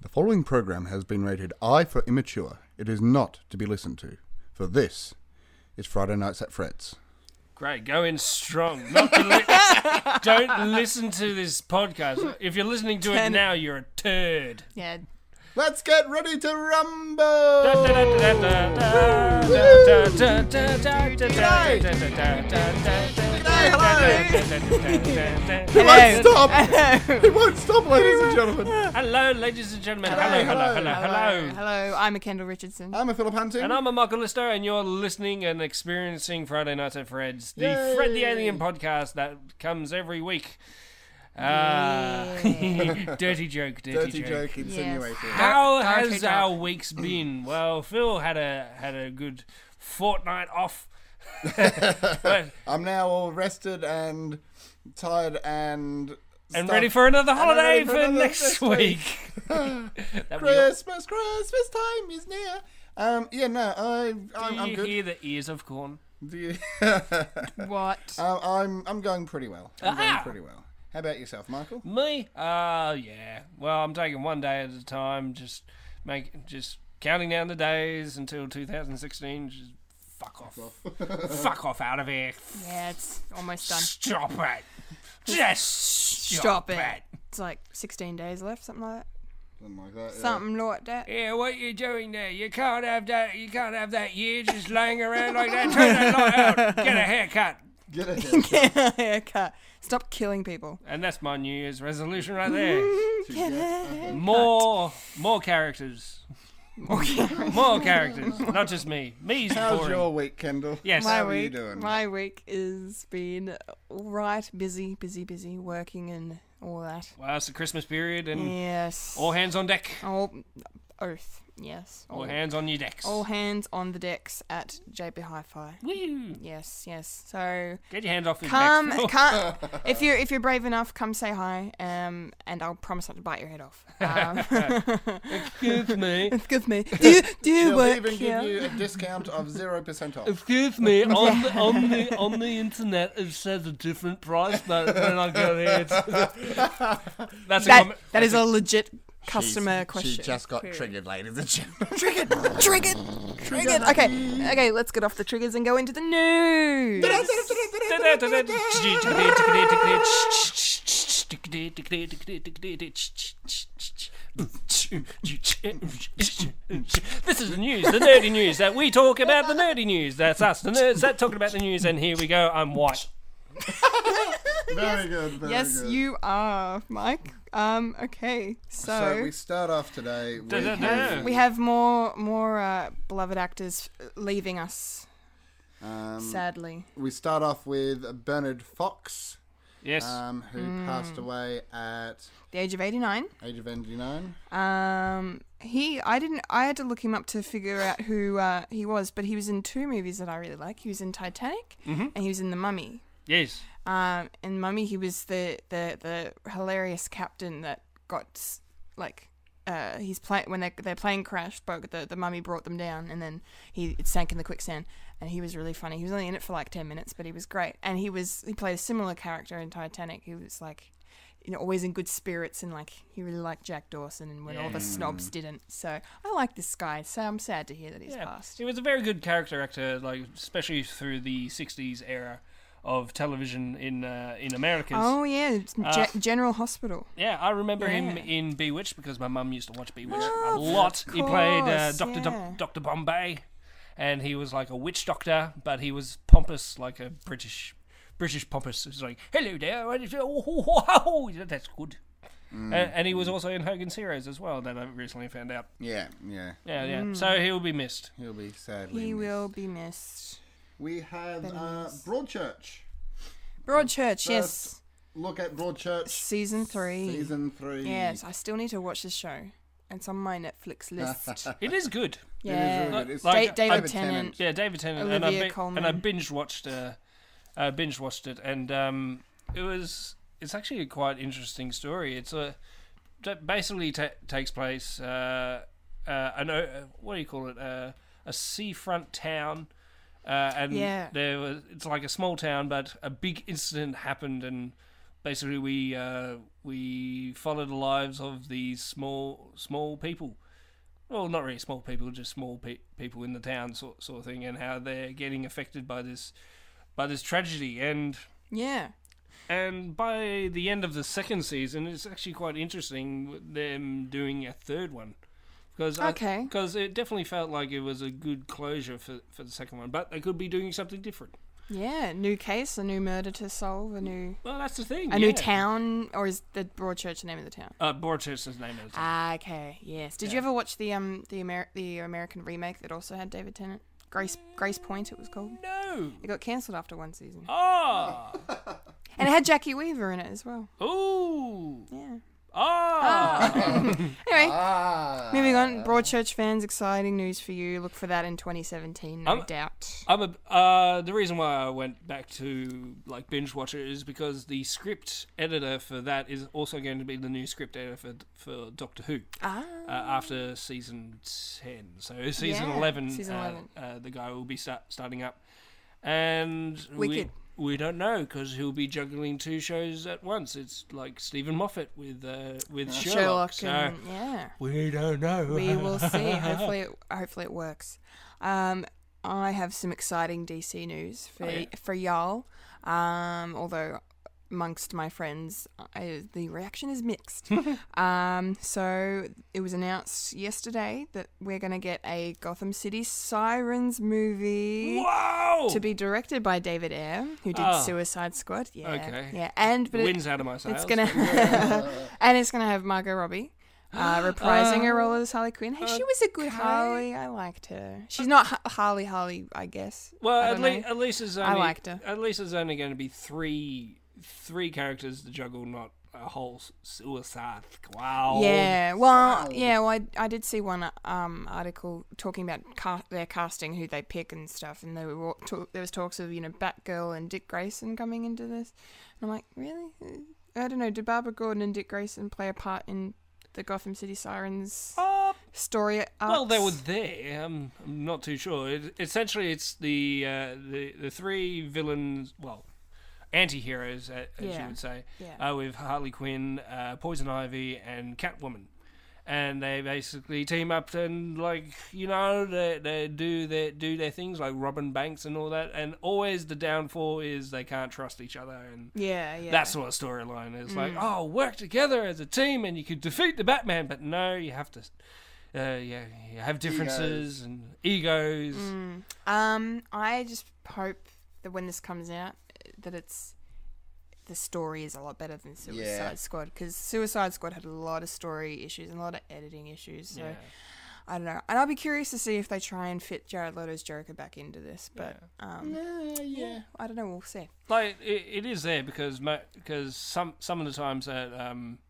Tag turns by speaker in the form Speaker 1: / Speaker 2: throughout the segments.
Speaker 1: The following program has been rated I for immature. It is not to be listened to. For this is Friday Nights at Fred's.
Speaker 2: Great, go in strong. Not to li- don't listen to this podcast. If you're listening to it
Speaker 3: Ten.
Speaker 2: now, you're a turd.
Speaker 3: Yeah.
Speaker 1: Let's get ready to
Speaker 2: Da, da,
Speaker 1: rumble!
Speaker 2: da, da, da, da, da, da, da, da, da, da, da, da, da, da, da, da, da.
Speaker 1: Let's
Speaker 3: Hello.
Speaker 1: stop! It won't stop, ladies and gentlemen.
Speaker 2: Hello, ladies and gentlemen. Hello, hello, hello, hello. Uh,
Speaker 3: Hello, I'm a Kendall Richardson.
Speaker 1: I'm a Philip Hunting.
Speaker 2: And I'm a Michael Lister, and you're listening and experiencing Friday Nights at Fred's, the Fred the
Speaker 1: Yay.
Speaker 2: Alien podcast that comes every week. Ah, dirty joke, dirty,
Speaker 1: Dirty
Speaker 2: joke.
Speaker 1: joke insinuated.
Speaker 2: How
Speaker 3: Dar-
Speaker 2: has
Speaker 3: Dark
Speaker 2: our weeks been? Well, Phil had a had a good fortnight off. but,
Speaker 1: I'm now all rested and tired and.
Speaker 2: and
Speaker 1: stuff.
Speaker 2: ready for another
Speaker 1: ready
Speaker 2: holiday for,
Speaker 1: for another-
Speaker 2: next,
Speaker 1: next
Speaker 2: week.
Speaker 1: week.
Speaker 2: That we-
Speaker 1: Christmas, Christmas time is near. Um, yeah, no, I, I'm,
Speaker 2: Do
Speaker 1: I'm
Speaker 2: you
Speaker 1: good.
Speaker 2: hear the ears of corn?
Speaker 1: Do you-
Speaker 3: What?
Speaker 1: Um,
Speaker 2: uh,
Speaker 1: I'm I'm going pretty well. I'm
Speaker 2: Ah.
Speaker 1: going pretty well. How about yourself, Michael?
Speaker 2: Me? Uh yeah. Well, I'm taking one day at a time. Just make just counting down the days until 2016. Just fuck off. fuck off out of here.
Speaker 3: Yeah, it's almost done.
Speaker 2: Stop it. Just stop,
Speaker 3: Stop it.
Speaker 2: it.
Speaker 3: It's like 16 days left, something like that.
Speaker 1: Something like that. yeah.
Speaker 2: Uh,
Speaker 3: Something like that.
Speaker 2: Yeah, what you doing there? You can't have that. You can't have that year just laying around like that. Turn that light out. Get a haircut.
Speaker 1: Get it. Too
Speaker 3: Get a haircut. Stop killing people.
Speaker 2: And that's my New Year's resolution right there.
Speaker 1: good.
Speaker 2: More, more characters.
Speaker 3: Okay.
Speaker 2: More characters. Not just me. Me's
Speaker 1: How's
Speaker 2: boring.
Speaker 1: your week, Kendall?
Speaker 2: Yes.
Speaker 3: My
Speaker 1: How are you
Speaker 3: week,
Speaker 1: doing?
Speaker 3: my week has been all right, busy, busy, busy, working and all that.
Speaker 2: Well, it's the Christmas period and
Speaker 3: Yes.
Speaker 2: all hands on deck.
Speaker 3: All- oath. Yes.
Speaker 2: All hands on your decks.
Speaker 3: all hands on the decks at JB Hi-Fi.
Speaker 2: Woo.
Speaker 3: Yes, yes. So
Speaker 2: Get your hands off your
Speaker 3: come,
Speaker 2: decks.
Speaker 3: come if you're if you're brave enough, come say hi, um, and I'll promise not to bite your head off. Um,
Speaker 2: Excuse me.
Speaker 3: excuse me. Do you do you
Speaker 1: She'll
Speaker 3: work
Speaker 1: even
Speaker 3: here?
Speaker 1: give you a discount of zero percent off.
Speaker 2: Excuse me, on the, on the on the internet it says a different price, but when I go here, it's, that's a
Speaker 3: that
Speaker 2: comment.
Speaker 3: that is a legit customer question. Query.
Speaker 1: ladies and gentlemen.
Speaker 3: Triggered. Triggered. Triggered. Okay, okay. Let's get off the triggers and go into the news.
Speaker 2: This is the news, the nerdy news that we talk about. The nerdy news that's us, the nerds that talking about the news. And here we go. I'm white.
Speaker 1: Very good. Very
Speaker 3: Yes,
Speaker 1: good.
Speaker 3: you are, Mike. Um. Okay.
Speaker 1: So we start off today with
Speaker 2: Da-da-da.
Speaker 3: We have more more uh, beloved actors leaving us,
Speaker 1: um,
Speaker 3: sadly.
Speaker 1: we start off with Bernard Fox,
Speaker 2: Yes,
Speaker 1: um, who
Speaker 3: Hmm.
Speaker 1: passed away at
Speaker 3: The age of eighty nine.
Speaker 1: age of 89.
Speaker 3: Um, he I didn't I had to look him up to figure out who uh, he was, but he was in two movies that I really like. He was in Titanic and he was in The Mummy.
Speaker 2: yes.
Speaker 3: Um, in Mummy, he was the the the hilarious captain that got s- like. Uh, he's play when they their plane crashed, but the the mummy brought them down, and then he it sank in the quicksand. And he was really funny. He was only in it for like ten minutes, but he was great. And he was he played a similar character in Titanic. He was like, you know, always in good spirits, and like he really liked Jack Dawson, and when all the snobs didn't. So I like this guy. So I'm sad to hear that he's
Speaker 2: Yeah,
Speaker 3: passed.
Speaker 2: He was a very good character actor, like especially through the '60s era of television in uh, in Americas.
Speaker 3: Oh yeah, it's Ge- General Hospital.
Speaker 2: Yeah, I remember him
Speaker 3: Yeah.
Speaker 2: in Bewitched because my mum used to watch Bewitched
Speaker 3: Oh,
Speaker 2: a
Speaker 3: of
Speaker 2: lot. he played uh,
Speaker 3: course,
Speaker 2: Doctor
Speaker 3: yeah.
Speaker 2: Doctor Bombay, and he was like a witch doctor, but he was pompous, like a British British pompous. He's like, "Hello there, what is- oh, oh, oh, oh." He said, that's good." A- And, he was also in Hogan's Heroes as well, that I recently found out.
Speaker 1: Yeah, yeah.
Speaker 2: Yeah, yeah.
Speaker 3: Mm.
Speaker 2: So he'll be missed.
Speaker 1: He'll be sadly.
Speaker 3: He
Speaker 1: missed.
Speaker 3: will be missed.
Speaker 1: We have uh, Broadchurch.
Speaker 3: Broadchurch, yes.
Speaker 1: Look at Broadchurch
Speaker 3: Season three.
Speaker 1: season three.
Speaker 3: Yes, I still need to watch this show. It's on my Netflix list.
Speaker 2: It is good.
Speaker 3: yeah.
Speaker 1: really good. It's
Speaker 2: Like,
Speaker 3: Da- David
Speaker 1: David
Speaker 3: Tennant.
Speaker 1: Tennant.
Speaker 2: Yeah, David Tennant. and, I
Speaker 3: Olivia
Speaker 2: bin-
Speaker 3: Colman.
Speaker 2: and I binge watched. Uh, I binge watched it, and um, it was. It's actually a quite interesting story. It's a that basically ta takes place. Uh, uh, an o- uh, what do you call it? Uh, a seafront town, uh, and
Speaker 3: Yeah.
Speaker 2: there was. It's like a small town, but a big incident happened, and basically we uh, we follow the lives of these small small people. Well, not really small people, just small pe- people in the town, sort, sort of thing, and how they're getting affected by this by this tragedy. And
Speaker 3: Yeah.
Speaker 2: and by the end of the second season, it's actually quite interesting with them doing a third one because
Speaker 3: Okay.
Speaker 2: because it definitely felt like it was a good closure for for the second one, but they could be doing something different.
Speaker 3: Yeah. New case, a new murder to solve, a new
Speaker 2: Well, that's the thing.
Speaker 3: a new
Speaker 2: yeah.
Speaker 3: town, or is the Broadchurch the name of the town?
Speaker 2: Uh, Borchester's name is.
Speaker 3: Ah, okay. Yes. Did you
Speaker 2: Yeah.
Speaker 3: ever watch the um the Amer- the American remake that also had David Tennant? Grace Grace Point, it was called.
Speaker 2: no.
Speaker 3: It got cancelled after one season,
Speaker 2: Ah.
Speaker 3: and it had Jackie Weaver in it as well.
Speaker 2: Ooh.
Speaker 3: Yeah.
Speaker 2: Ah.
Speaker 3: Anyway,
Speaker 1: Ah.
Speaker 2: Uh,
Speaker 3: moving on. Broadchurch fans, exciting news for you. Look for that in 2017, no
Speaker 2: Um,
Speaker 3: doubt.
Speaker 2: I'm a, uh, the reason why I went back to like binge watcher is because the script editor for that is also going to be the new script editor for, for Doctor Who
Speaker 3: Ah.
Speaker 2: uh, after season ten. So season
Speaker 3: Yeah,
Speaker 2: eleven,
Speaker 3: season
Speaker 2: uh,
Speaker 3: 11.
Speaker 2: Uh, the guy will be start, starting up, and we
Speaker 3: Wicked.
Speaker 2: we don't know because he'll be juggling two shows at once. It's like Stephen Moffat with uh, with Sherlock.
Speaker 3: Sherlock,
Speaker 2: so
Speaker 3: and, yeah.
Speaker 2: we don't know.
Speaker 3: We will see. Hopefully, it, hopefully it works. Um, I have some exciting DC news for
Speaker 2: Oh, yeah.
Speaker 3: for y'all. Um, although amongst my friends, I, the reaction is mixed. um, so it was announced yesterday that we're going to get a Gotham City Sirens movie.
Speaker 2: Wow!
Speaker 3: To be directed by David Ayer, who did
Speaker 2: Oh. Ah.
Speaker 3: Suicide Squad, yeah,
Speaker 2: Okay.
Speaker 3: yeah, and but it,
Speaker 2: wins out of my sales.
Speaker 3: it's gonna and it's gonna have Margot Robbie uh, reprising
Speaker 2: Um,
Speaker 3: her role as Harley Quinn. Hey, she was a good Harley. I liked her. She's not ha- Harley Harley, I guess.
Speaker 2: Well,
Speaker 3: I
Speaker 2: at,
Speaker 3: don't
Speaker 2: least
Speaker 3: know.
Speaker 2: at least there's
Speaker 3: I
Speaker 2: only
Speaker 3: liked her.
Speaker 2: at least there's only going to be three three characters to juggle, not a whole s- suicide squad.
Speaker 3: Yeah. Well, yeah. Well, I, I did see one um article talking about ca- their casting, who they pick and stuff, and they were all- talk- there was talks of you know Batgirl and Dick Grayson coming into this, and I'm like, really? I don't know. Did Barbara Gordon and Dick Grayson play a part in the Gotham City Sirens
Speaker 2: Uh,
Speaker 3: story? Arcs?
Speaker 2: well, they were there. I'm, I'm not too sure. It, essentially, it's the uh, the the three villains. Well, anti-heroes, a- as you
Speaker 3: Yeah.
Speaker 2: would say,
Speaker 3: Yeah.
Speaker 2: uh, with Harley Quinn, uh, Poison Ivy, and Catwoman. And they basically team up and like you know they, they do their do their things like robbing banks and all that. And always the downfall is they can't trust each other and
Speaker 3: Yeah. Yeah. Mm.
Speaker 2: that sort of storyline. It's like oh work together as a team and you could defeat the Batman, but no, you have to. Uh, yeah, you have differences and egos.
Speaker 3: Mm, Um, I just hope that when this comes out, that it's the story is a lot better than Suicide
Speaker 1: Yeah.
Speaker 3: Squad because Suicide Squad had a lot of story issues and a lot of editing issues. So
Speaker 2: Yeah.
Speaker 3: I don't know, and I'll be curious to see if they try and fit Jared Leto's Joker back into this. But um,
Speaker 1: Mm, yeah.
Speaker 3: I don't know. We'll see.
Speaker 2: like it, it is there because because some some of the times that um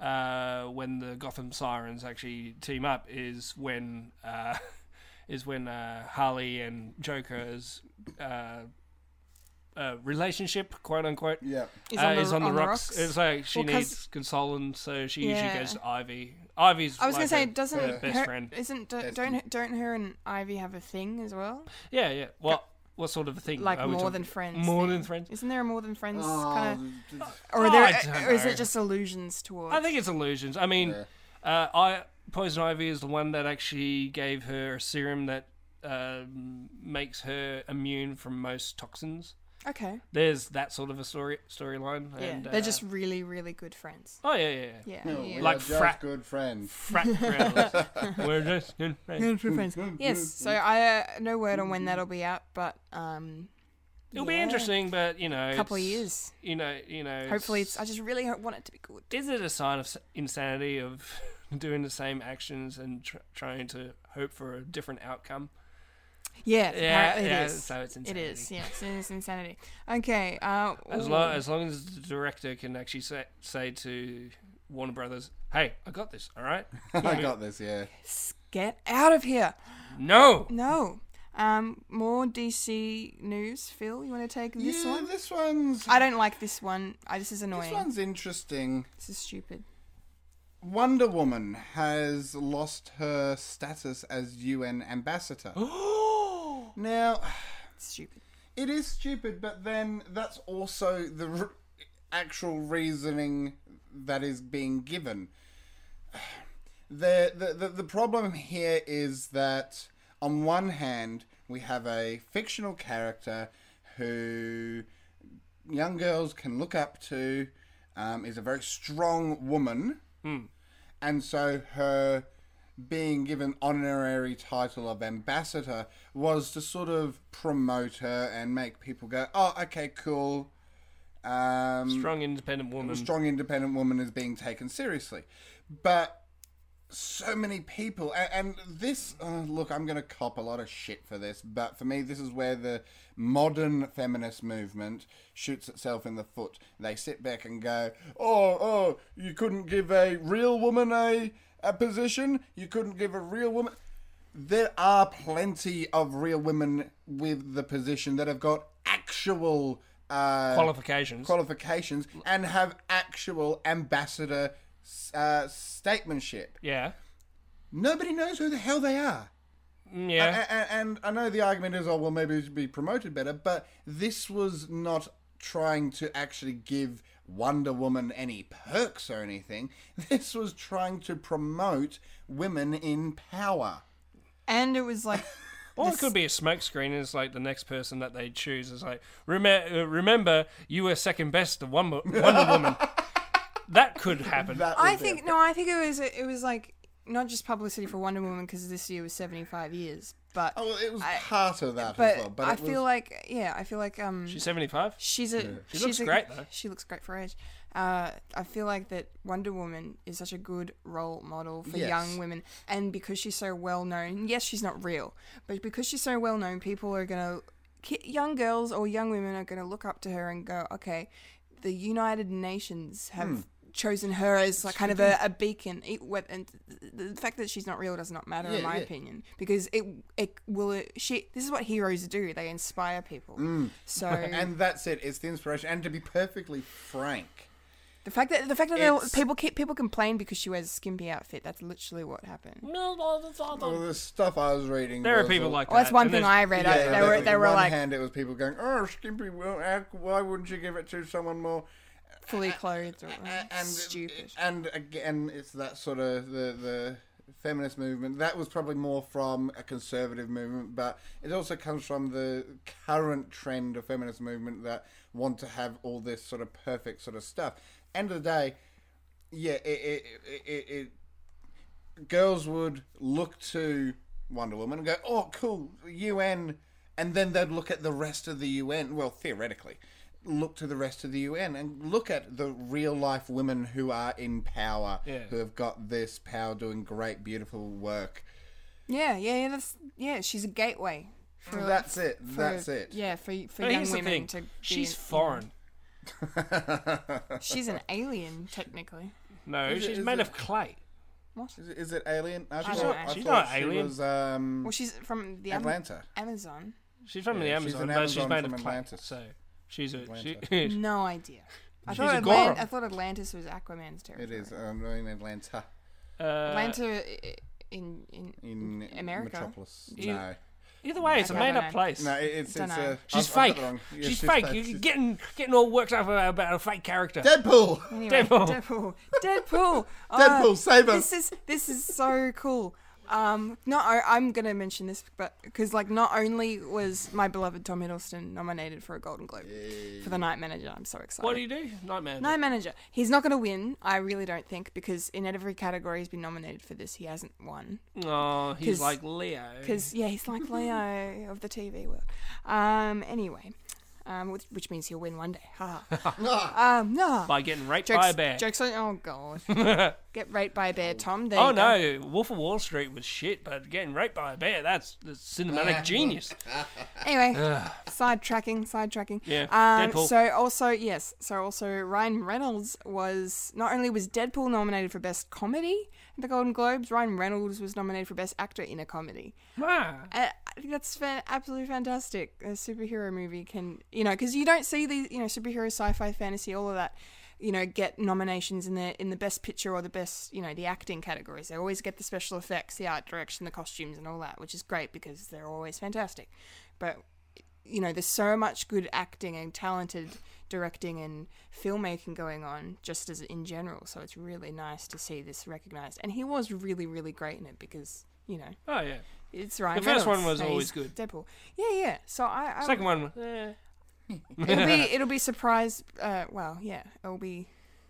Speaker 2: uh when the Gotham Sirens actually team up is when uh is when uh Harley and Joker's uh uh relationship quote unquote
Speaker 1: Yeah.
Speaker 3: Is
Speaker 2: uh, is on the rocks. It's like she
Speaker 3: Well, 'cause-
Speaker 2: needs consoling, so she usually
Speaker 3: Yeah.
Speaker 2: goes to Ivy. Ivy's.
Speaker 3: I was gonna
Speaker 2: like her-
Speaker 3: say, doesn't
Speaker 2: her best
Speaker 3: her,
Speaker 2: friend?
Speaker 3: isn't do,
Speaker 1: Best
Speaker 3: don't don't her and Ivy have a thing as well?
Speaker 2: Yeah, yeah. What what sort of a thing?
Speaker 3: Like
Speaker 2: are we
Speaker 3: more
Speaker 2: talking-
Speaker 3: than friends.
Speaker 2: More
Speaker 3: thing?
Speaker 2: than friends.
Speaker 3: Isn't there a more than friends
Speaker 1: Oh,
Speaker 3: kind of?
Speaker 1: th- th-
Speaker 3: or,
Speaker 2: Oh,
Speaker 3: are
Speaker 2: I don't
Speaker 3: there, or is
Speaker 2: know.
Speaker 3: it just illusions towards?
Speaker 2: I think it's illusions. I mean, uh, I poison ivy is the one that actually gave her a serum that um makes her immune from most toxins.
Speaker 3: okay.
Speaker 2: There's that sort of a story storyline.
Speaker 3: Yeah,
Speaker 2: and, uh,
Speaker 3: they're just really, really good friends.
Speaker 2: Oh yeah, yeah, yeah.
Speaker 3: Yeah,
Speaker 1: no,
Speaker 3: yeah.
Speaker 1: we
Speaker 2: Like
Speaker 1: are just
Speaker 2: frat-
Speaker 1: good friends.
Speaker 2: Frat brothers. We're just good friends.
Speaker 3: yes. So I uh, no word on when that'll be out, but um,
Speaker 2: It'll
Speaker 3: yeah,
Speaker 2: be interesting, but you know,
Speaker 3: A couple of
Speaker 2: it's-
Speaker 3: years.
Speaker 2: You know, you know.
Speaker 3: Hopefully, it's. I just really ho- want it to be good.
Speaker 2: is it a sign of s- insanity of doing the same actions and tr- trying to hope for a different outcome?
Speaker 3: Yeah,
Speaker 2: Yeah,
Speaker 3: apparently it
Speaker 2: yeah,
Speaker 3: is.
Speaker 2: so it's
Speaker 3: It is.
Speaker 2: insanity.
Speaker 3: Yes, it is insanity. Okay. Uh,
Speaker 2: As
Speaker 3: ooh,
Speaker 2: long, as long as the director can actually say, say to Warner Brothers, "Hey, I got this. All right."
Speaker 1: I got this, yeah.
Speaker 3: get out of here.
Speaker 2: No.
Speaker 3: No. Um, more DC news. Phil, you want to take this
Speaker 1: yeah,
Speaker 3: one?
Speaker 1: This one's,
Speaker 3: I don't like this one. I, this is
Speaker 1: this
Speaker 3: annoying.
Speaker 1: one's interesting.
Speaker 3: this is stupid.
Speaker 1: Wonder Woman has lost her status as UN ambassador. now,
Speaker 3: It's stupid.
Speaker 1: it is stupid, but then that's also the. r- actual reasoning that is being given. The, the, the, the problem here is that on one hand, we have a fictional character who young girls can look up to, um, is a very strong woman, and so her being given honorary title of ambassador was to sort of promote her and make people go, oh, okay, cool. Um,
Speaker 2: Strong, independent woman.
Speaker 1: a strong independent woman is being taken seriously. But so many people, and, and this, uh, look, I'm going to cop a lot of shit for this, but for me, this is where the modern feminist movement shoots itself in the foot. They sit back and go, oh, oh, you couldn't give a real woman a, a position, you couldn't give a real woman. There are plenty of real women with the position that have got actual uh,
Speaker 2: Qualifications.
Speaker 1: qualifications and have actual ambassador uh, statemanship.
Speaker 2: yeah.
Speaker 1: Nobody knows who the hell they are.
Speaker 3: Uh,
Speaker 2: Mm, Yeah.
Speaker 1: A- a- and I know the argument is, oh, well, maybe it should be promoted better, but this was not trying to actually give Wonder Woman any perks or anything. This was trying to promote women in power.
Speaker 3: And it was like
Speaker 2: Or it could be a smokescreen. and It's like the next person that they choose is like, Remem- uh, remember, you were second best to Wonder, Wonder Woman. That could happen.
Speaker 1: That
Speaker 3: I
Speaker 1: was it.
Speaker 3: think no, I think it was it was like not just publicity for Wonder Woman because this year was 75 years, but
Speaker 1: Oh, well, it was
Speaker 3: I-
Speaker 1: part of that
Speaker 3: but
Speaker 1: as well. But
Speaker 3: I
Speaker 1: it was,
Speaker 3: feel like yeah, I feel like um
Speaker 2: She's 75?
Speaker 3: she's a
Speaker 2: She
Speaker 3: she's
Speaker 2: looks
Speaker 3: a-
Speaker 2: great, though.
Speaker 3: She looks great for her age. Uh, I feel like that Wonder Woman is such a good role model for
Speaker 1: Yes.
Speaker 3: young women, and because she's so well known, yes, she's not real, but because she's so well known, people are gonna ki- young girls or young women are gonna look up to her and go, okay, the United Nations have. Chosen her as like kind of a, a beacon, it, wh- and the fact that she's not real does not matter in
Speaker 1: Yeah,
Speaker 3: my
Speaker 1: yeah.
Speaker 3: opinion because it it will she this is what heroes do they inspire people. So
Speaker 1: and that's it. It's the inspiration. And to be perfectly frank,
Speaker 3: The fact that the fact that they'll-
Speaker 1: It's-
Speaker 3: people keep people complain because she wears a skimpy outfit. That's literally what happened.
Speaker 1: Well, the stuff I was reading.
Speaker 2: There are
Speaker 1: was
Speaker 2: people
Speaker 1: all-
Speaker 2: like that.
Speaker 3: Well, that's one
Speaker 2: and
Speaker 3: thing
Speaker 2: there's-
Speaker 3: I read. I, they
Speaker 1: but
Speaker 3: were
Speaker 1: on
Speaker 3: they were
Speaker 1: one
Speaker 3: like
Speaker 1: hand, it was people going, "Oh, Skimpy, well, how- why wouldn't you give it to someone more?"
Speaker 3: fully clothed or
Speaker 1: A- And
Speaker 3: Oh, stupid.
Speaker 1: And again, it's that sort of the the feminist movement. That was probably more from a conservative movement, but it also comes from the current trend of feminist movement that want to have all this sort of perfect sort of stuff. End of the day, yeah, it it, it, it, it girls would look to Wonder Woman and go, "Oh, cool, UN," and then they'd look at the rest of the UN. Well, theoretically, look to the rest of the UN and look at the real life women who are in power,
Speaker 2: Yeah.
Speaker 1: who have got this power, doing great, beautiful work.
Speaker 3: Yeah, yeah, yeah. That's yeah. She's a gateway. For,
Speaker 1: That's it.
Speaker 3: for-
Speaker 1: That's it.
Speaker 3: Yeah, for for
Speaker 2: But
Speaker 3: young
Speaker 2: here's the
Speaker 3: women
Speaker 2: thing.
Speaker 3: to. be
Speaker 2: She's
Speaker 3: in-
Speaker 2: foreign.
Speaker 3: She's an alien technically.
Speaker 2: No,
Speaker 1: Is it-
Speaker 2: she's
Speaker 1: is
Speaker 2: made
Speaker 1: it-
Speaker 2: of clay.
Speaker 3: What?
Speaker 1: Is it, is it Alien? I
Speaker 3: She's
Speaker 1: thought-
Speaker 3: not-
Speaker 1: I
Speaker 2: she's
Speaker 1: thought
Speaker 2: not
Speaker 1: she
Speaker 2: alien.
Speaker 1: Was, um,
Speaker 3: Well, um, she's from the Am-
Speaker 1: Atlanta.
Speaker 3: Amazon.
Speaker 2: She's from the
Speaker 1: Yeah, she's
Speaker 2: Amazon,
Speaker 1: an
Speaker 2: but she's
Speaker 1: Amazon
Speaker 2: made
Speaker 1: from
Speaker 2: of clay.
Speaker 1: Atlantis.
Speaker 2: So she's a. She,
Speaker 3: No idea. I
Speaker 2: She's
Speaker 3: thought,
Speaker 2: a
Speaker 3: Atlant-
Speaker 2: golem.
Speaker 3: I thought Atlantis was Aquaman's territory.
Speaker 1: It is. Um, in Atlanta.
Speaker 2: uh,
Speaker 3: Atlanta i- in in,
Speaker 1: In
Speaker 3: America.
Speaker 1: Metropolis.
Speaker 2: You-
Speaker 1: No.
Speaker 2: Either way, it's a
Speaker 3: Okay, I
Speaker 2: made
Speaker 3: don't
Speaker 2: up
Speaker 3: know.
Speaker 2: place.
Speaker 1: No, it- it's.
Speaker 3: Dunno.
Speaker 1: it's uh,
Speaker 2: She's
Speaker 1: I've- I've got
Speaker 2: fake.
Speaker 1: the wrong- yeah,
Speaker 2: she's, fake. You're
Speaker 1: She's-
Speaker 2: getting getting all worked up about, about a fake character.
Speaker 1: Deadpool.
Speaker 3: Anyway,
Speaker 2: Deadpool.
Speaker 3: Deadpool. Deadpool. Oh,
Speaker 1: Deadpool, save us.
Speaker 3: This is this is so cool. Um, no, I, I'm gonna mention this, but because like not only was my beloved Tom Hiddleston nominated for a Golden Globe for The Night Manager, I'm so excited.
Speaker 2: What do you do? Nightmare.
Speaker 3: Night Manager. He's not gonna win. I really don't think because in every category he's been nominated for this, he hasn't won.
Speaker 2: Oh, he's
Speaker 3: 'Cause-
Speaker 2: like Leo.
Speaker 3: Because yeah, he's like Leo of the TV world. Um, anyway, um, which, which means he'll win one day. Ha. ha. um, no.
Speaker 2: by getting raped
Speaker 3: Jokes,
Speaker 2: by a bear.
Speaker 3: Jokes on. Oh god. Get raped by a bear, Tom. There
Speaker 2: oh
Speaker 3: you go.
Speaker 2: no, Wolf of Wall Street was shit, but getting raped by a bear—that's that's cinematic genius.
Speaker 3: Anyway, sidetracking, sidetracking.
Speaker 2: Yeah,
Speaker 3: Um,
Speaker 2: Deadpool.
Speaker 3: So also yes. So also Ryan Reynolds was not only was Deadpool nominated for best comedy at the Golden Globes, Ryan Reynolds was nominated for best actor in a comedy.
Speaker 2: Ah,
Speaker 3: Uh, I think that's fan- absolutely fantastic. A superhero movie can, you know, because you don't see these, you know, superhero, sci-fi, fantasy, all of that, you know, get nominations in the in the best picture or the best, you know, the acting categories. They always get the special effects, the art direction, the costumes, and all that, which is great because they're always fantastic. But you know, there's so much good acting and talented directing and filmmaking going on just as in general. So it's really nice to see this recognized. And he was really, really great in it because, you know,
Speaker 2: Oh yeah.
Speaker 3: it's Ryan
Speaker 2: The first one
Speaker 3: Reynolds,
Speaker 2: was
Speaker 3: so he's
Speaker 2: always good.
Speaker 3: Deadpool. Yeah, yeah. So I, I
Speaker 2: Second one. eh.
Speaker 3: it'll be it'll be surprise. Uh, well, yeah, it'll be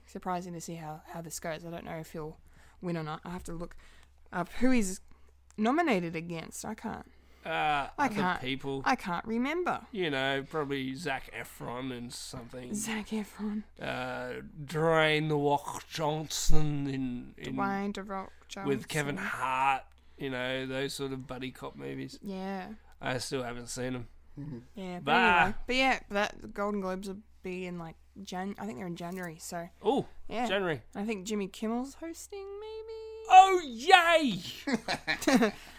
Speaker 3: surprising to see how how this goes. I don't know if he'll win or not. I have to look up who he's nominated against. I can't.
Speaker 2: Uh,
Speaker 3: I
Speaker 2: other
Speaker 3: can't.
Speaker 2: people.
Speaker 3: I can't remember.
Speaker 2: you know, probably Zach Efron and something.
Speaker 3: Zac Efron,
Speaker 2: Uh, Dwayne the Rock Johnson in, in
Speaker 3: Dwayne The Rock Johnson.
Speaker 2: with Kevin Hart. You know those sort of buddy cop movies.
Speaker 3: Yeah,
Speaker 2: I still haven't seen them.
Speaker 3: yeah. But,
Speaker 2: Bah.
Speaker 3: anyway, but yeah, that the Golden Globes will be in like Jan. I think they're in January. So
Speaker 2: Oh,
Speaker 3: yeah,
Speaker 2: January.
Speaker 3: I think Jimmy Kimmel's hosting. Maybe
Speaker 2: Oh yay!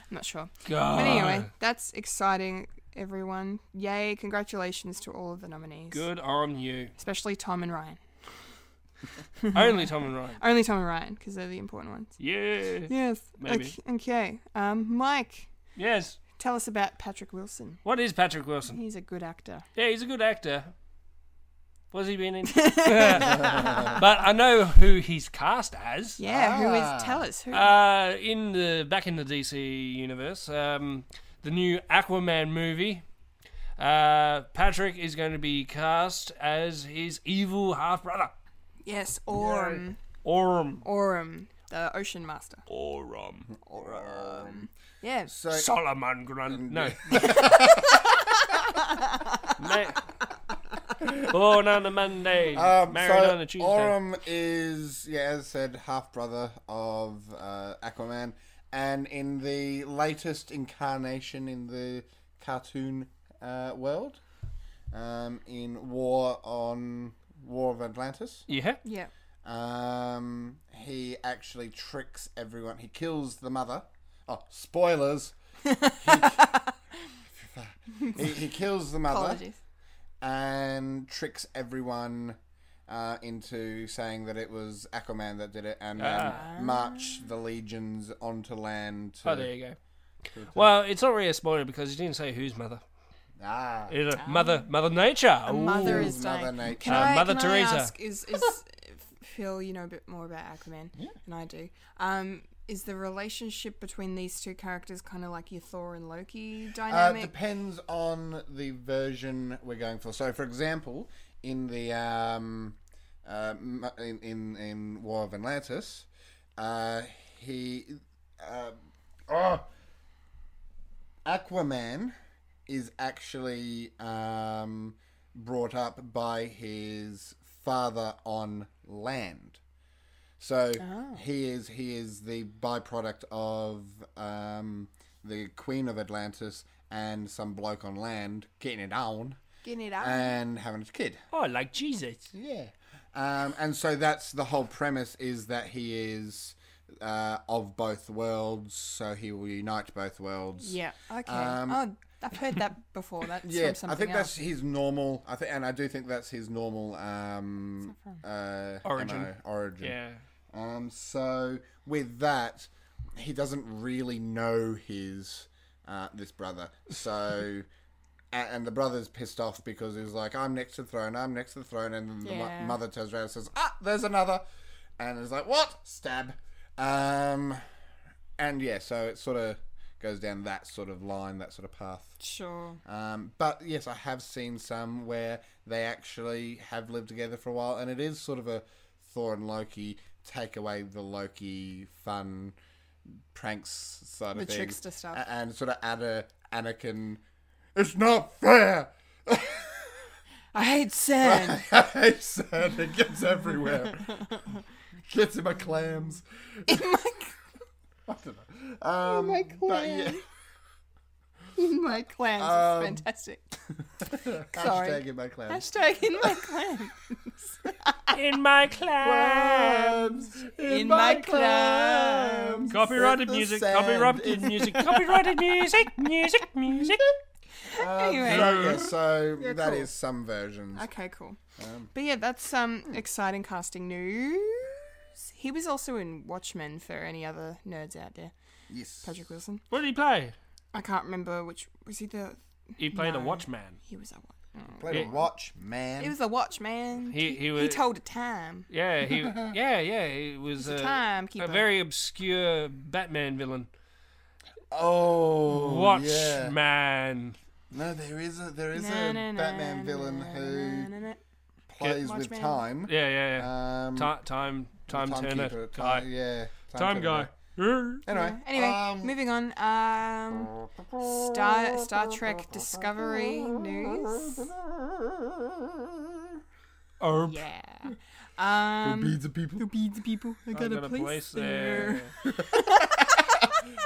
Speaker 3: I'm not sure.
Speaker 2: God.
Speaker 3: But anyway, that's exciting, everyone. Yay, congratulations to all of the nominees.
Speaker 2: Good on you.
Speaker 3: Especially Tom and Ryan.
Speaker 2: Only Tom and Ryan.
Speaker 3: Only Tom and Ryan, because they're the important ones.
Speaker 2: Yeah.
Speaker 3: Yes.
Speaker 2: Maybe.
Speaker 3: Okay. okay. Um, Mike,
Speaker 2: Yes.
Speaker 3: tell us about Patrick Wilson.
Speaker 2: What is Patrick Wilson?
Speaker 3: He's a good actor.
Speaker 2: Yeah, he's a good actor. What's he been in? but I know who he's cast as.
Speaker 3: Yeah, who
Speaker 1: Ah.
Speaker 3: is? Tell us. Who?
Speaker 2: Uh, in the back in the DC universe, um, the new Aquaman movie, uh, Patrick is going to be cast as his evil half brother,
Speaker 3: yes, Orm.
Speaker 2: Orum.
Speaker 3: Orm, the Ocean Master.
Speaker 2: Orum.
Speaker 3: Orm. Yeah.
Speaker 1: So
Speaker 2: Solomon Grun. No. Ma- Born on a Monday,
Speaker 1: Um,
Speaker 2: married
Speaker 1: so
Speaker 2: on a Tuesday.
Speaker 1: Aurum is, yeah, as I said, half brother of uh, Aquaman, and in the latest incarnation in the cartoon uh, world, um, in War on War of Atlantis,
Speaker 2: Yeah.
Speaker 3: Yeah.
Speaker 1: um, he actually tricks everyone. He kills the mother. Oh, spoilers! he, he, he kills the mother
Speaker 3: Apologies.
Speaker 1: and tricks everyone uh, into saying that it was Aquaman that did it, and then
Speaker 2: Ah.
Speaker 1: march the legions onto land. To,
Speaker 2: Oh, there you go. Well, it's not really a spoiler because you didn't say whose mother.
Speaker 1: ah,
Speaker 2: It's mother, Mother Nature.
Speaker 3: A mother
Speaker 2: Ooh.
Speaker 3: is
Speaker 1: Mother
Speaker 3: dying.
Speaker 1: Nature.
Speaker 3: Can
Speaker 2: Uh,
Speaker 3: I,
Speaker 2: Mother
Speaker 3: can
Speaker 2: Teresa.
Speaker 3: I ask, is, is Phil, you know a bit more about Aquaman than I do. Um, is the relationship between these two characters kind of like your Thor and Loki
Speaker 1: Uh,
Speaker 3: dynamic?
Speaker 1: depends on the version we're going for. So, for example, in the um, uh, m- in, in in War of Atlantis, uh, he uh, oh, Aquaman is actually um, brought up by his father on land. So
Speaker 3: Oh.
Speaker 1: he is he is the byproduct of um, the Queen of Atlantis and some bloke on land getting it on
Speaker 3: Getting it out.
Speaker 1: and having a kid.
Speaker 2: Oh, like Jesus.
Speaker 1: Yeah. Um, and so that's the whole premise is that he is uh, of both worlds, so he will unite both worlds.
Speaker 3: yeah. Okay.
Speaker 1: Um,
Speaker 3: oh, I've heard that before. That's
Speaker 1: Yeah,
Speaker 3: from
Speaker 1: I
Speaker 3: something
Speaker 1: think that's
Speaker 3: else.
Speaker 1: his normal. I think, and I do think that's his normal um, uh,
Speaker 2: Origin.
Speaker 1: MO, origin.
Speaker 2: Yeah.
Speaker 1: Um, so with that, he doesn't really know his uh, this brother. So. a- And the brother's pissed off because he's like, "I'm next to the throne. I'm next to the throne." And then the mo-
Speaker 3: Yeah.
Speaker 1: mother turns around and says, "Ah, there's another," and it's like, "What?" Stab. Um, and yeah, so it sort of goes down that sort of line, that sort of path.
Speaker 3: Sure.
Speaker 1: Um, but yes, I have seen some where they actually have lived together for a while, and it is sort of a Thor and Loki take away the Loki fun pranks side
Speaker 3: The
Speaker 1: of things,
Speaker 3: trickster stuff.
Speaker 1: a- and sort of add a Anakin. It's not fair.
Speaker 3: I hate sand.
Speaker 1: I said it gets everywhere. gets in my clams.
Speaker 3: In my,
Speaker 1: I don't know. Um,
Speaker 3: my
Speaker 1: but yeah,
Speaker 3: clams. in my clams.
Speaker 1: Um,
Speaker 3: it's fantastic. Sorry.
Speaker 1: hashtag in my clams.
Speaker 3: Hashtag in my clams.
Speaker 2: In my class.
Speaker 1: Clams,
Speaker 3: In my clams.
Speaker 2: Copyrighted
Speaker 1: It's the
Speaker 2: music,
Speaker 1: sand.
Speaker 2: copyrighted
Speaker 1: It's-
Speaker 2: music, copyrighted music, music, music.
Speaker 1: Um,
Speaker 3: Anyway.
Speaker 1: So, yeah, so that is
Speaker 3: cool.
Speaker 1: some versions.
Speaker 3: Okay, cool. but yeah, that's um exciting casting news. He was also in Watchmen for any other nerds out there.
Speaker 1: Yes.
Speaker 3: Patrick Wilson.
Speaker 2: What did he play?
Speaker 3: I can't remember which was he the
Speaker 2: He played a
Speaker 3: No.
Speaker 2: Watchman.
Speaker 3: He was a watch.
Speaker 1: Played
Speaker 2: Yeah.
Speaker 1: a watch, man.
Speaker 3: He was a watchman.
Speaker 2: He- he
Speaker 3: he
Speaker 2: was-
Speaker 3: told a time.
Speaker 2: Yeah, he. yeah, yeah. He was
Speaker 3: a
Speaker 2: a,
Speaker 3: timekeeper.
Speaker 2: a very obscure Batman villain.
Speaker 1: oh, yeah.
Speaker 2: Watchman.
Speaker 1: No, there is a there is
Speaker 3: Na,
Speaker 1: a
Speaker 3: na, na,
Speaker 1: Batman
Speaker 3: na,
Speaker 1: villain
Speaker 3: na,
Speaker 1: who
Speaker 3: na, na, na.
Speaker 1: plays with
Speaker 3: Watchman.
Speaker 1: time.
Speaker 2: Yeah, yeah, yeah.
Speaker 1: Um,
Speaker 2: Ti- time, time, turner
Speaker 1: timekeeper,
Speaker 2: guy.
Speaker 1: Time, yeah.
Speaker 2: time guy.
Speaker 1: timekeeper.
Speaker 3: Yeah.
Speaker 1: Anyway.
Speaker 3: Anyway,
Speaker 1: um,
Speaker 3: moving on. Um, Star Star Trek Discovery news.
Speaker 2: Erp.
Speaker 3: Yeah. Um,
Speaker 1: beads of people.
Speaker 3: who beats people? I
Speaker 2: I
Speaker 3: got,
Speaker 2: got a place there.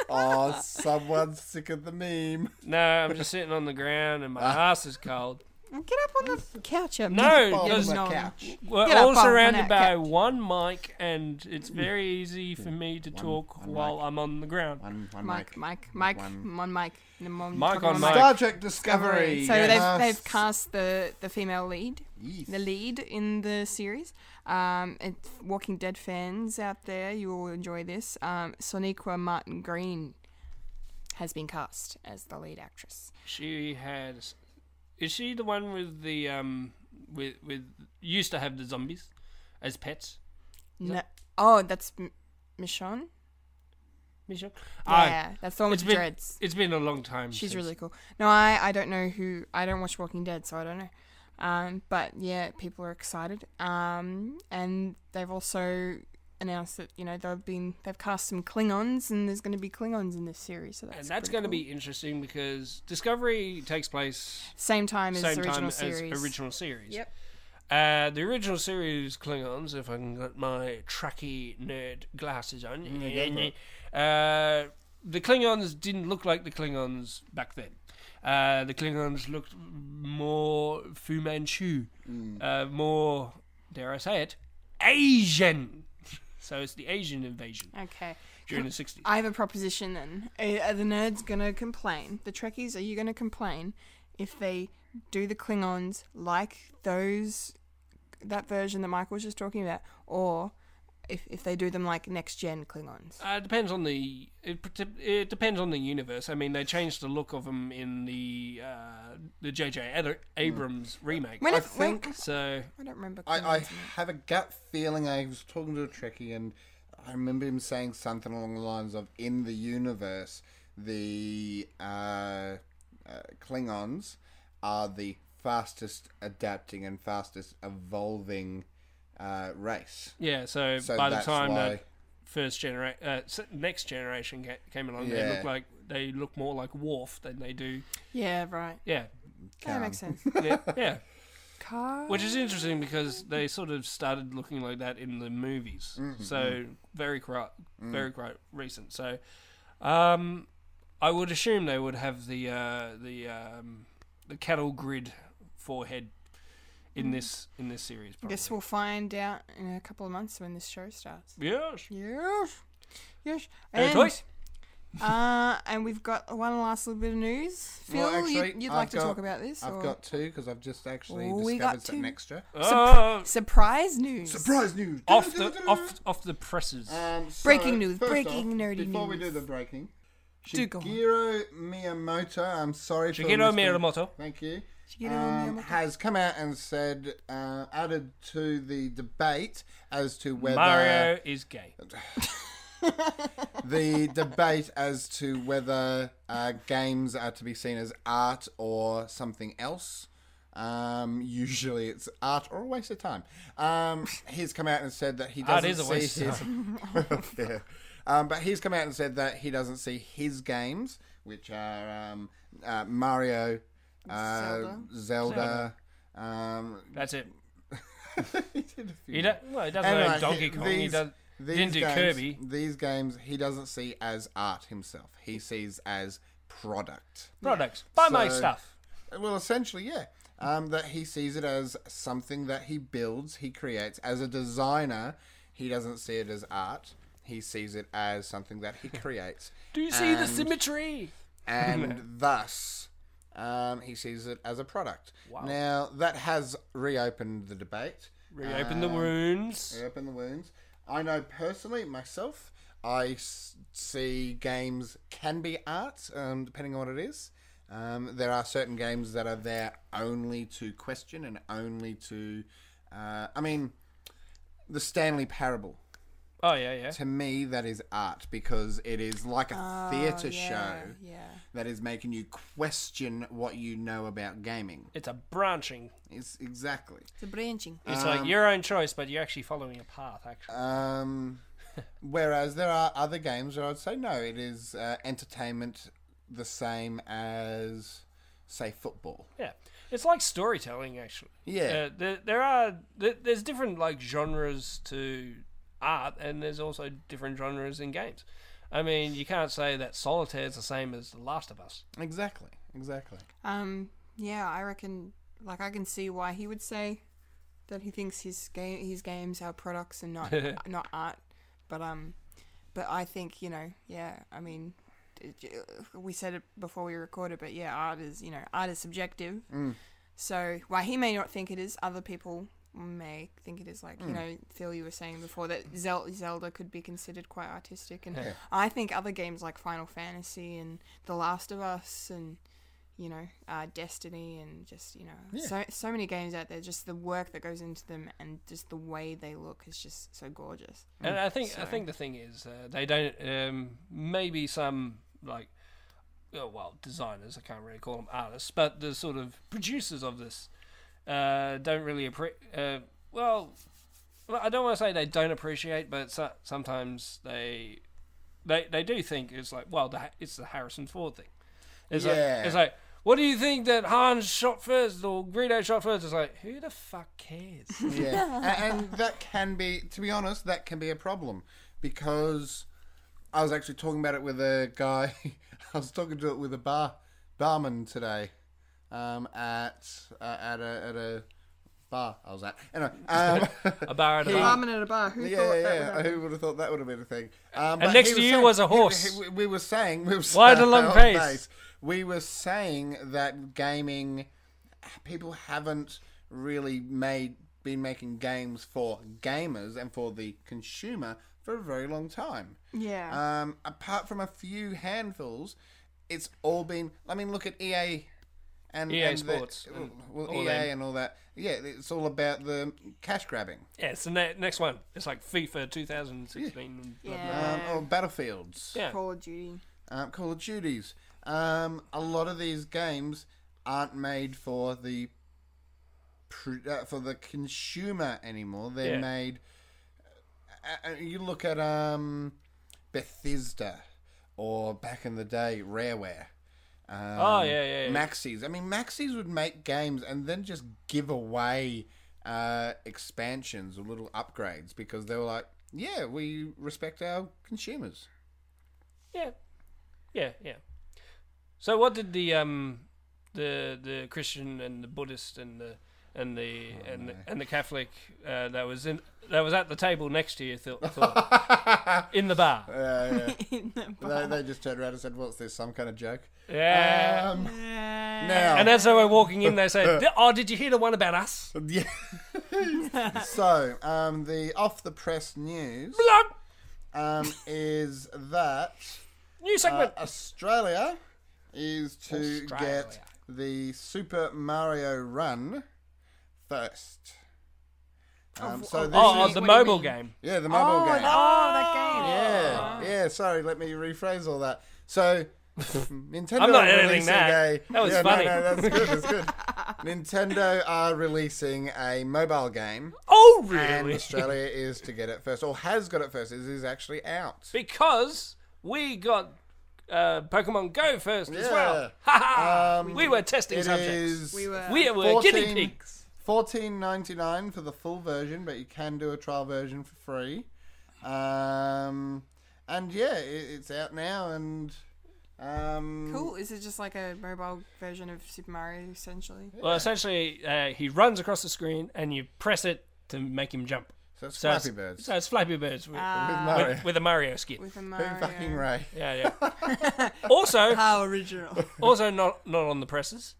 Speaker 1: Oh, someone's sick of the meme.
Speaker 2: No, I'm just sitting on the ground and my ass is cold.
Speaker 3: Get up on the couch. you
Speaker 2: No,
Speaker 3: big
Speaker 1: Oh,
Speaker 2: there's
Speaker 1: my
Speaker 3: nom.
Speaker 1: couch.
Speaker 2: We're
Speaker 3: Get up
Speaker 2: all
Speaker 3: on that
Speaker 2: surrounded by
Speaker 3: couch.
Speaker 2: one mic, and it's very easy for me to talk
Speaker 1: Hmm. one
Speaker 2: while I'm on the ground.
Speaker 1: One, one
Speaker 3: Mike, Mike, Mike,
Speaker 1: Mike.
Speaker 3: on Mike. Mike
Speaker 2: Mike on Mike.
Speaker 1: Star Trek Discovery.
Speaker 3: So
Speaker 1: yes.
Speaker 3: they've, they've cast the, the female lead,
Speaker 1: Yes.
Speaker 3: the lead in the series. Um, and Walking Dead fans out there, you will enjoy this. Um, Soniqua Martin Green has been cast as the lead actress.
Speaker 2: She has. Is she the one with the um with with used to have the zombies as pets?
Speaker 3: No, oh, that's M- Michonne.
Speaker 2: Michelle. Ah,
Speaker 3: Yeah, that's the one with
Speaker 2: it's
Speaker 3: the
Speaker 2: been
Speaker 3: dreads.
Speaker 2: it's been a long time.
Speaker 3: She's
Speaker 2: since-
Speaker 3: really cool. No, I, I don't know who I don't watch Walking Dead, so I don't know. Um, but yeah, people are excited. Um, and they've also announced that you know they've been they've cast some Klingons, and there's going to be Klingons in this series. So that's
Speaker 2: And that's
Speaker 3: pretty
Speaker 2: going to
Speaker 3: cool.
Speaker 2: be interesting because Discovery takes place
Speaker 3: same time as
Speaker 2: same
Speaker 3: the original
Speaker 2: time
Speaker 3: series.
Speaker 2: as original series.
Speaker 3: Yep.
Speaker 2: Uh, the original series Klingons, if I can get my tracky nerd glasses on,
Speaker 1: Mm,
Speaker 2: uh, the Klingons didn't look like the Klingons back then. Uh, the Klingons looked more Fu Manchu,
Speaker 3: Mm.
Speaker 2: uh, more, dare I say it, Asian. So it's the Asian invasion
Speaker 3: Okay.
Speaker 2: during the 60s.
Speaker 3: I have a proposition then. Are, are the nerds going to complain? The Trekkies, are you going to complain if they do the Klingons like those, that version that Michael was just talking about, or if, if they do them like next gen Klingons?
Speaker 2: Uh, it depends on the it, p- it depends on the universe. I mean, they changed the look of them in the uh, the J.J. Ad-
Speaker 1: Mm.
Speaker 2: Abrams remake.
Speaker 3: When
Speaker 1: I
Speaker 3: if, when-
Speaker 1: think-
Speaker 2: So
Speaker 3: I don't remember.
Speaker 1: I, I
Speaker 3: Klingons.
Speaker 1: have a gut feeling I was talking to a Trekkie and I remember him saying something along the lines of in the universe the uh, uh, Klingons are the fastest adapting and fastest evolving uh, race.
Speaker 2: yeah, so,
Speaker 1: So
Speaker 2: by the
Speaker 1: that's
Speaker 2: time
Speaker 1: why-
Speaker 2: that first generation, uh, s- next generation ca- came along, they
Speaker 1: Yeah.
Speaker 2: look like they look more like Worf than they do.
Speaker 3: yeah, right.
Speaker 2: Yeah,
Speaker 3: That makes sense.
Speaker 2: yeah, yeah.
Speaker 3: Car.
Speaker 2: Which is interesting because they sort of started looking like that in the movies.
Speaker 1: Mm-hmm.
Speaker 2: So very quite,
Speaker 1: Mm.
Speaker 2: very quite recent. So, um, I would assume they would have the uh, the um, the cattle grid forehead in this in this series. Probably.
Speaker 3: Guess we'll find out in a couple of months when this show starts.
Speaker 2: Yes.
Speaker 3: Yes. Yes.
Speaker 2: Hey,
Speaker 3: And-
Speaker 2: toys.
Speaker 3: Uh, and we've got one last little bit of news. Phil,
Speaker 1: Well,
Speaker 3: you'd,
Speaker 1: actually,
Speaker 3: you'd
Speaker 1: I've
Speaker 3: like to
Speaker 1: got-
Speaker 3: talk about this?
Speaker 1: I've
Speaker 3: or?
Speaker 1: got two because I've just actually
Speaker 3: Oh, we
Speaker 1: discovered
Speaker 3: got two.
Speaker 1: something extra.
Speaker 2: Oh,
Speaker 3: surprise news.
Speaker 1: Surprise news!
Speaker 2: off the off off the presses.
Speaker 1: Um, so,
Speaker 3: Breaking news,
Speaker 1: first
Speaker 3: breaking
Speaker 1: off,
Speaker 3: nerdy
Speaker 1: Before we
Speaker 3: news.
Speaker 1: do the breaking,
Speaker 3: Do go on.
Speaker 1: Shigeru Miyamoto, I'm sorry for
Speaker 2: Shigeru
Speaker 1: mispronouncing-
Speaker 2: Miyamoto.
Speaker 1: Thank you.
Speaker 3: Shigeru
Speaker 1: um,
Speaker 3: Miyamoto.
Speaker 1: has come out and said, uh, added to the debate as to whether
Speaker 2: Mario is gay.
Speaker 1: the debate as to whether uh, games are to be seen as art or something else. Um, usually it's art or a waste of time. Um, he's come out and said that he
Speaker 2: Art
Speaker 1: doesn't
Speaker 2: is a waste
Speaker 1: see
Speaker 2: of
Speaker 1: his. Yeah. Um, but he's come out and said that he doesn't see his games, which are um, uh, Mario, uh,
Speaker 3: Zelda.
Speaker 1: Zelda. Um,
Speaker 2: That's it.
Speaker 1: he did a few
Speaker 2: He, do, well, he doesn't
Speaker 1: Anyway,
Speaker 2: know Donkey Kong. he
Speaker 1: these-
Speaker 2: does,
Speaker 1: these Mm.
Speaker 2: didn't do
Speaker 1: games,
Speaker 2: Kirby.
Speaker 1: These games he doesn't see as art himself. He sees as product.
Speaker 2: Products. Buy my
Speaker 1: So-
Speaker 2: stuff.
Speaker 1: Well, essentially, yeah. Um, that he sees it as something that he builds, he creates. As a designer, he doesn't see it as art. He sees it as something that he creates.
Speaker 2: Do you see the
Speaker 1: And-
Speaker 2: symmetry?
Speaker 1: and thus um, he sees it as a product. Now that has reopened the debate.
Speaker 2: Reopen
Speaker 1: Um,
Speaker 2: the wounds.
Speaker 1: Reopen the wounds. I know personally myself. I s- see games can be art, um, depending on what it is. Um, there are certain games that are there only to question and only to. Uh, I mean, the Stanley Parable.
Speaker 2: Oh yeah, yeah.
Speaker 1: To me, that is art because it is like a theatre show
Speaker 3: Yeah.
Speaker 1: that is making you question what you know about gaming.
Speaker 2: It's a branching.
Speaker 1: It's exactly.
Speaker 3: It's a branching.
Speaker 2: It's like your own choice, but you're actually following a path. Actually,
Speaker 1: Um, whereas there are other games where I'd say no, it is uh, entertainment the same as, say, football.
Speaker 2: yeah. It's like storytelling. Actually,
Speaker 1: Yeah.
Speaker 2: Uh, there, there are there, there's different like genres to art, and there's also different genres in games. I mean, you can't say that solitaire is the same as The Last of Us.
Speaker 1: Exactly. Exactly.
Speaker 3: Um. Yeah, I reckon. Like, I can see why he would say that he thinks his game, his games are products and not not art. But um, but I think you know. Yeah, I mean, it- j- we said it before we recorded, but yeah, art is you know art is subjective. So while he may not think it is, other people may think it is. Like you know, Phil, you were saying before that Zel- Zelda could be considered quite artistic, and
Speaker 1: Yeah.
Speaker 3: I think other games like Final Fantasy and The Last of Us and you know uh, Destiny and just you know
Speaker 1: Yeah.
Speaker 3: so so many games out there. Just the work that goes into them and just the way they look is just so gorgeous.
Speaker 2: And I think I
Speaker 3: So-
Speaker 2: think the thing is uh, they don't um, maybe some like oh, well designers I can't really call them artists but the sort of producers of this uh, don't really appre- uh, well well, I don't want to say they don't appreciate but so- sometimes they they they do think it's like well the, Ha- it's the Harrison Ford thing it's
Speaker 1: Yeah.
Speaker 2: like it's like what do you think that Hans shot first or Greedo shot first it's like who the fuck cares
Speaker 1: Yeah. A- and, and that can be, to be honest, that can be a problem because I was actually talking about it with a guy. I was talking to it with a bar barman today um, at uh, at a at a bar I was at. Anyway, um,
Speaker 2: a bar at a
Speaker 1: He-
Speaker 2: bar
Speaker 3: Ramen at a bar. Who
Speaker 1: yeah,
Speaker 3: thought
Speaker 1: yeah.
Speaker 3: that
Speaker 1: yeah. Uh,
Speaker 3: would happen?
Speaker 1: Who would have thought that would have been a thing? Um,
Speaker 2: And
Speaker 1: but
Speaker 2: next
Speaker 1: he
Speaker 2: to you was a
Speaker 1: he-
Speaker 2: horse.
Speaker 1: he- we were saying, we were
Speaker 2: Why the
Speaker 1: saying-
Speaker 2: long
Speaker 1: oh,
Speaker 2: pace?
Speaker 1: nice. We were saying that gaming people haven't really made been making games for gamers and for the consumer for a very long time.
Speaker 3: Yeah.
Speaker 1: Um, apart from a few handfuls, it's all been. I mean, look at EA and and
Speaker 2: EA
Speaker 1: the-
Speaker 2: E
Speaker 1: uh,
Speaker 2: Sports and
Speaker 1: well,
Speaker 2: all
Speaker 1: EA
Speaker 2: them.
Speaker 1: and all that. Yeah, it's all about the cash grabbing.
Speaker 2: Yeah, it's the ne- next one. It's like FIFA 2016. Yeah.
Speaker 1: Um,
Speaker 3: yeah.
Speaker 1: or battlefields,
Speaker 2: yeah.
Speaker 3: Call of Duty.
Speaker 1: um, Call of Duties. Um, a lot of these games aren't made for the pr- uh, for the consumer anymore. They're
Speaker 2: Yeah.
Speaker 1: made. Uh, uh, you look at um, Bethesda, or back in the day, Rareware. Um,
Speaker 2: Oh, yeah, yeah, yeah.
Speaker 1: Maxis. I mean, Maxis would make games and then just give away uh, expansions or little upgrades because they were like, "Yeah, we respect our consumers."
Speaker 2: yeah, yeah, yeah. So, what did the um, the the Christian and the Buddhist and the and the
Speaker 1: Oh,
Speaker 2: and the, and the Catholic uh, that was in that was at the table next to you thought, thought in the bar?
Speaker 1: Uh, yeah.
Speaker 3: In the
Speaker 1: They, they just turned around and said, "What's this? Some kind of joke?"
Speaker 2: Yeah.
Speaker 1: Um,
Speaker 3: bar.
Speaker 1: now,
Speaker 2: Uh, and as they were walking in, they said, "Oh, did you hear the one about us?"
Speaker 1: yeah. so um, the off the press news
Speaker 2: Blood!
Speaker 1: um, is that
Speaker 2: New
Speaker 1: uh,
Speaker 2: segment.
Speaker 1: Australia is to get
Speaker 2: Australia.
Speaker 1: the Super Mario Run first. Um, so this
Speaker 2: oh,
Speaker 1: is-
Speaker 2: the
Speaker 3: What do you
Speaker 2: mobile
Speaker 3: mean?
Speaker 2: game.
Speaker 1: yeah, the mobile
Speaker 3: oh,
Speaker 1: game.
Speaker 3: oh, that game.
Speaker 1: Yeah, yeah. Sorry, let me rephrase all that. So, Nintendo.
Speaker 2: I'm not
Speaker 1: are
Speaker 2: editing
Speaker 1: releasing
Speaker 2: that.
Speaker 1: A,
Speaker 2: That was
Speaker 1: yeah,
Speaker 2: funny.
Speaker 1: No, no, that's good. That's good. Nintendo are releasing a mobile game,
Speaker 2: Oh,
Speaker 1: and
Speaker 2: really?
Speaker 1: Australia is to get it first, or has got it first. It is actually out.
Speaker 2: Because we got uh, Pokemon Go first as
Speaker 1: Yeah.
Speaker 2: well. Ha ha!
Speaker 1: Um,
Speaker 2: we were testing
Speaker 1: It
Speaker 2: subjects.
Speaker 1: is
Speaker 3: We were.
Speaker 2: We were guinea
Speaker 1: 14
Speaker 2: pigs.
Speaker 1: fourteen ninety nine for the full version, but you can do a trial version for free. Um, and yeah, it, it's out now, and um,
Speaker 3: Cool. Is it just like a mobile version of Super Mario, essentially?
Speaker 2: Well, essentially, uh, he runs across the screen and you press it to make him jump.
Speaker 1: So it's
Speaker 2: So
Speaker 1: Flappy
Speaker 2: it's,
Speaker 1: Birds.
Speaker 2: So it's Flappy Birds with,
Speaker 1: with
Speaker 3: Ah,
Speaker 1: Mario.
Speaker 2: with, with a Mario skin.
Speaker 3: with a
Speaker 1: Who
Speaker 3: Mario.
Speaker 1: fucking Ray?
Speaker 2: Yeah, yeah. also,
Speaker 3: How original.
Speaker 2: also not not on the presses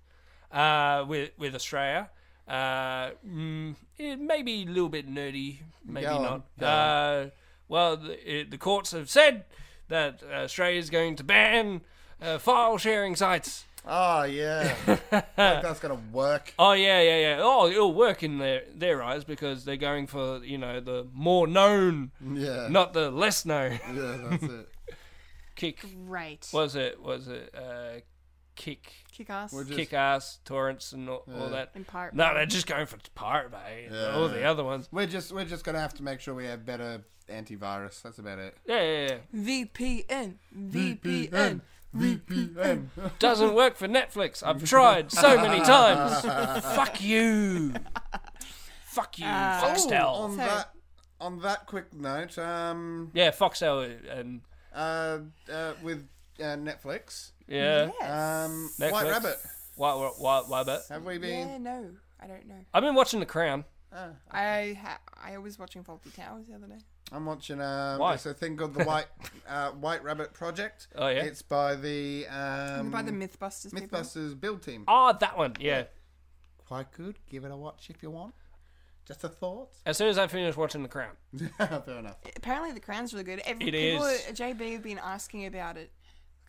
Speaker 2: uh, with with Australia. Uh, mm, it may be a little bit nerdy, maybe
Speaker 1: Go on,
Speaker 2: not.
Speaker 1: go
Speaker 2: eh, Uh, well, the, it, the courts have said that Australia is going to ban uh, file sharing sites.
Speaker 1: Oh, yeah. like that's going to work.
Speaker 2: Oh yeah, yeah, yeah. Oh, it'll work in their their eyes because they're going for you know the more known,
Speaker 1: Yeah.
Speaker 2: not the less known.
Speaker 1: Yeah, that's it.
Speaker 2: Kick
Speaker 3: Great.
Speaker 2: was it was it uh, kick
Speaker 3: Kick ass.
Speaker 1: We're just-
Speaker 2: kick ass torrents and all,
Speaker 1: Yeah.
Speaker 2: all that.
Speaker 3: And pirate.
Speaker 2: No,
Speaker 3: Bay.
Speaker 2: they're just going for Pirate Bay and
Speaker 1: Yeah.
Speaker 2: all the other ones.
Speaker 1: We're just we're just gonna have to make sure we have better antivirus. That's about it.
Speaker 2: Yeah, yeah, yeah.
Speaker 3: VPN. VPN.
Speaker 1: VPN.
Speaker 2: Doesn't work for Netflix. I've tried so many times. Fuck you. Fuck you,
Speaker 3: Uh,
Speaker 2: Foxtel.
Speaker 1: on
Speaker 3: So-
Speaker 1: that on that quick note, um,
Speaker 2: Yeah, Foxtel and
Speaker 1: uh, uh with uh, Netflix,
Speaker 2: yeah,
Speaker 3: Yes.
Speaker 1: um,
Speaker 2: Netflix.
Speaker 1: White Rabbit.
Speaker 2: Why, why, why, why but
Speaker 1: Have we been?
Speaker 3: yeah. No, I don't know.
Speaker 2: I've been watching The Crown.
Speaker 1: Ah,
Speaker 3: I ha- I was watching Faulty Towers the other day.
Speaker 1: I'm watching. Um,
Speaker 2: Why?
Speaker 1: there's a thing called the White uh, White Rabbit Project.
Speaker 2: Oh, yeah?
Speaker 1: It's by the um,
Speaker 3: By the MythBusters. people.
Speaker 1: MythBusters build team.
Speaker 2: Oh, that one. Yeah.
Speaker 1: Quite good. Give it a watch if you want. Just a thought.
Speaker 2: As soon as I finish watching The Crown,
Speaker 1: Fair enough.
Speaker 3: Apparently, the crown's really good. Every,
Speaker 2: It
Speaker 3: people,
Speaker 2: is.
Speaker 3: at JB have been asking about it.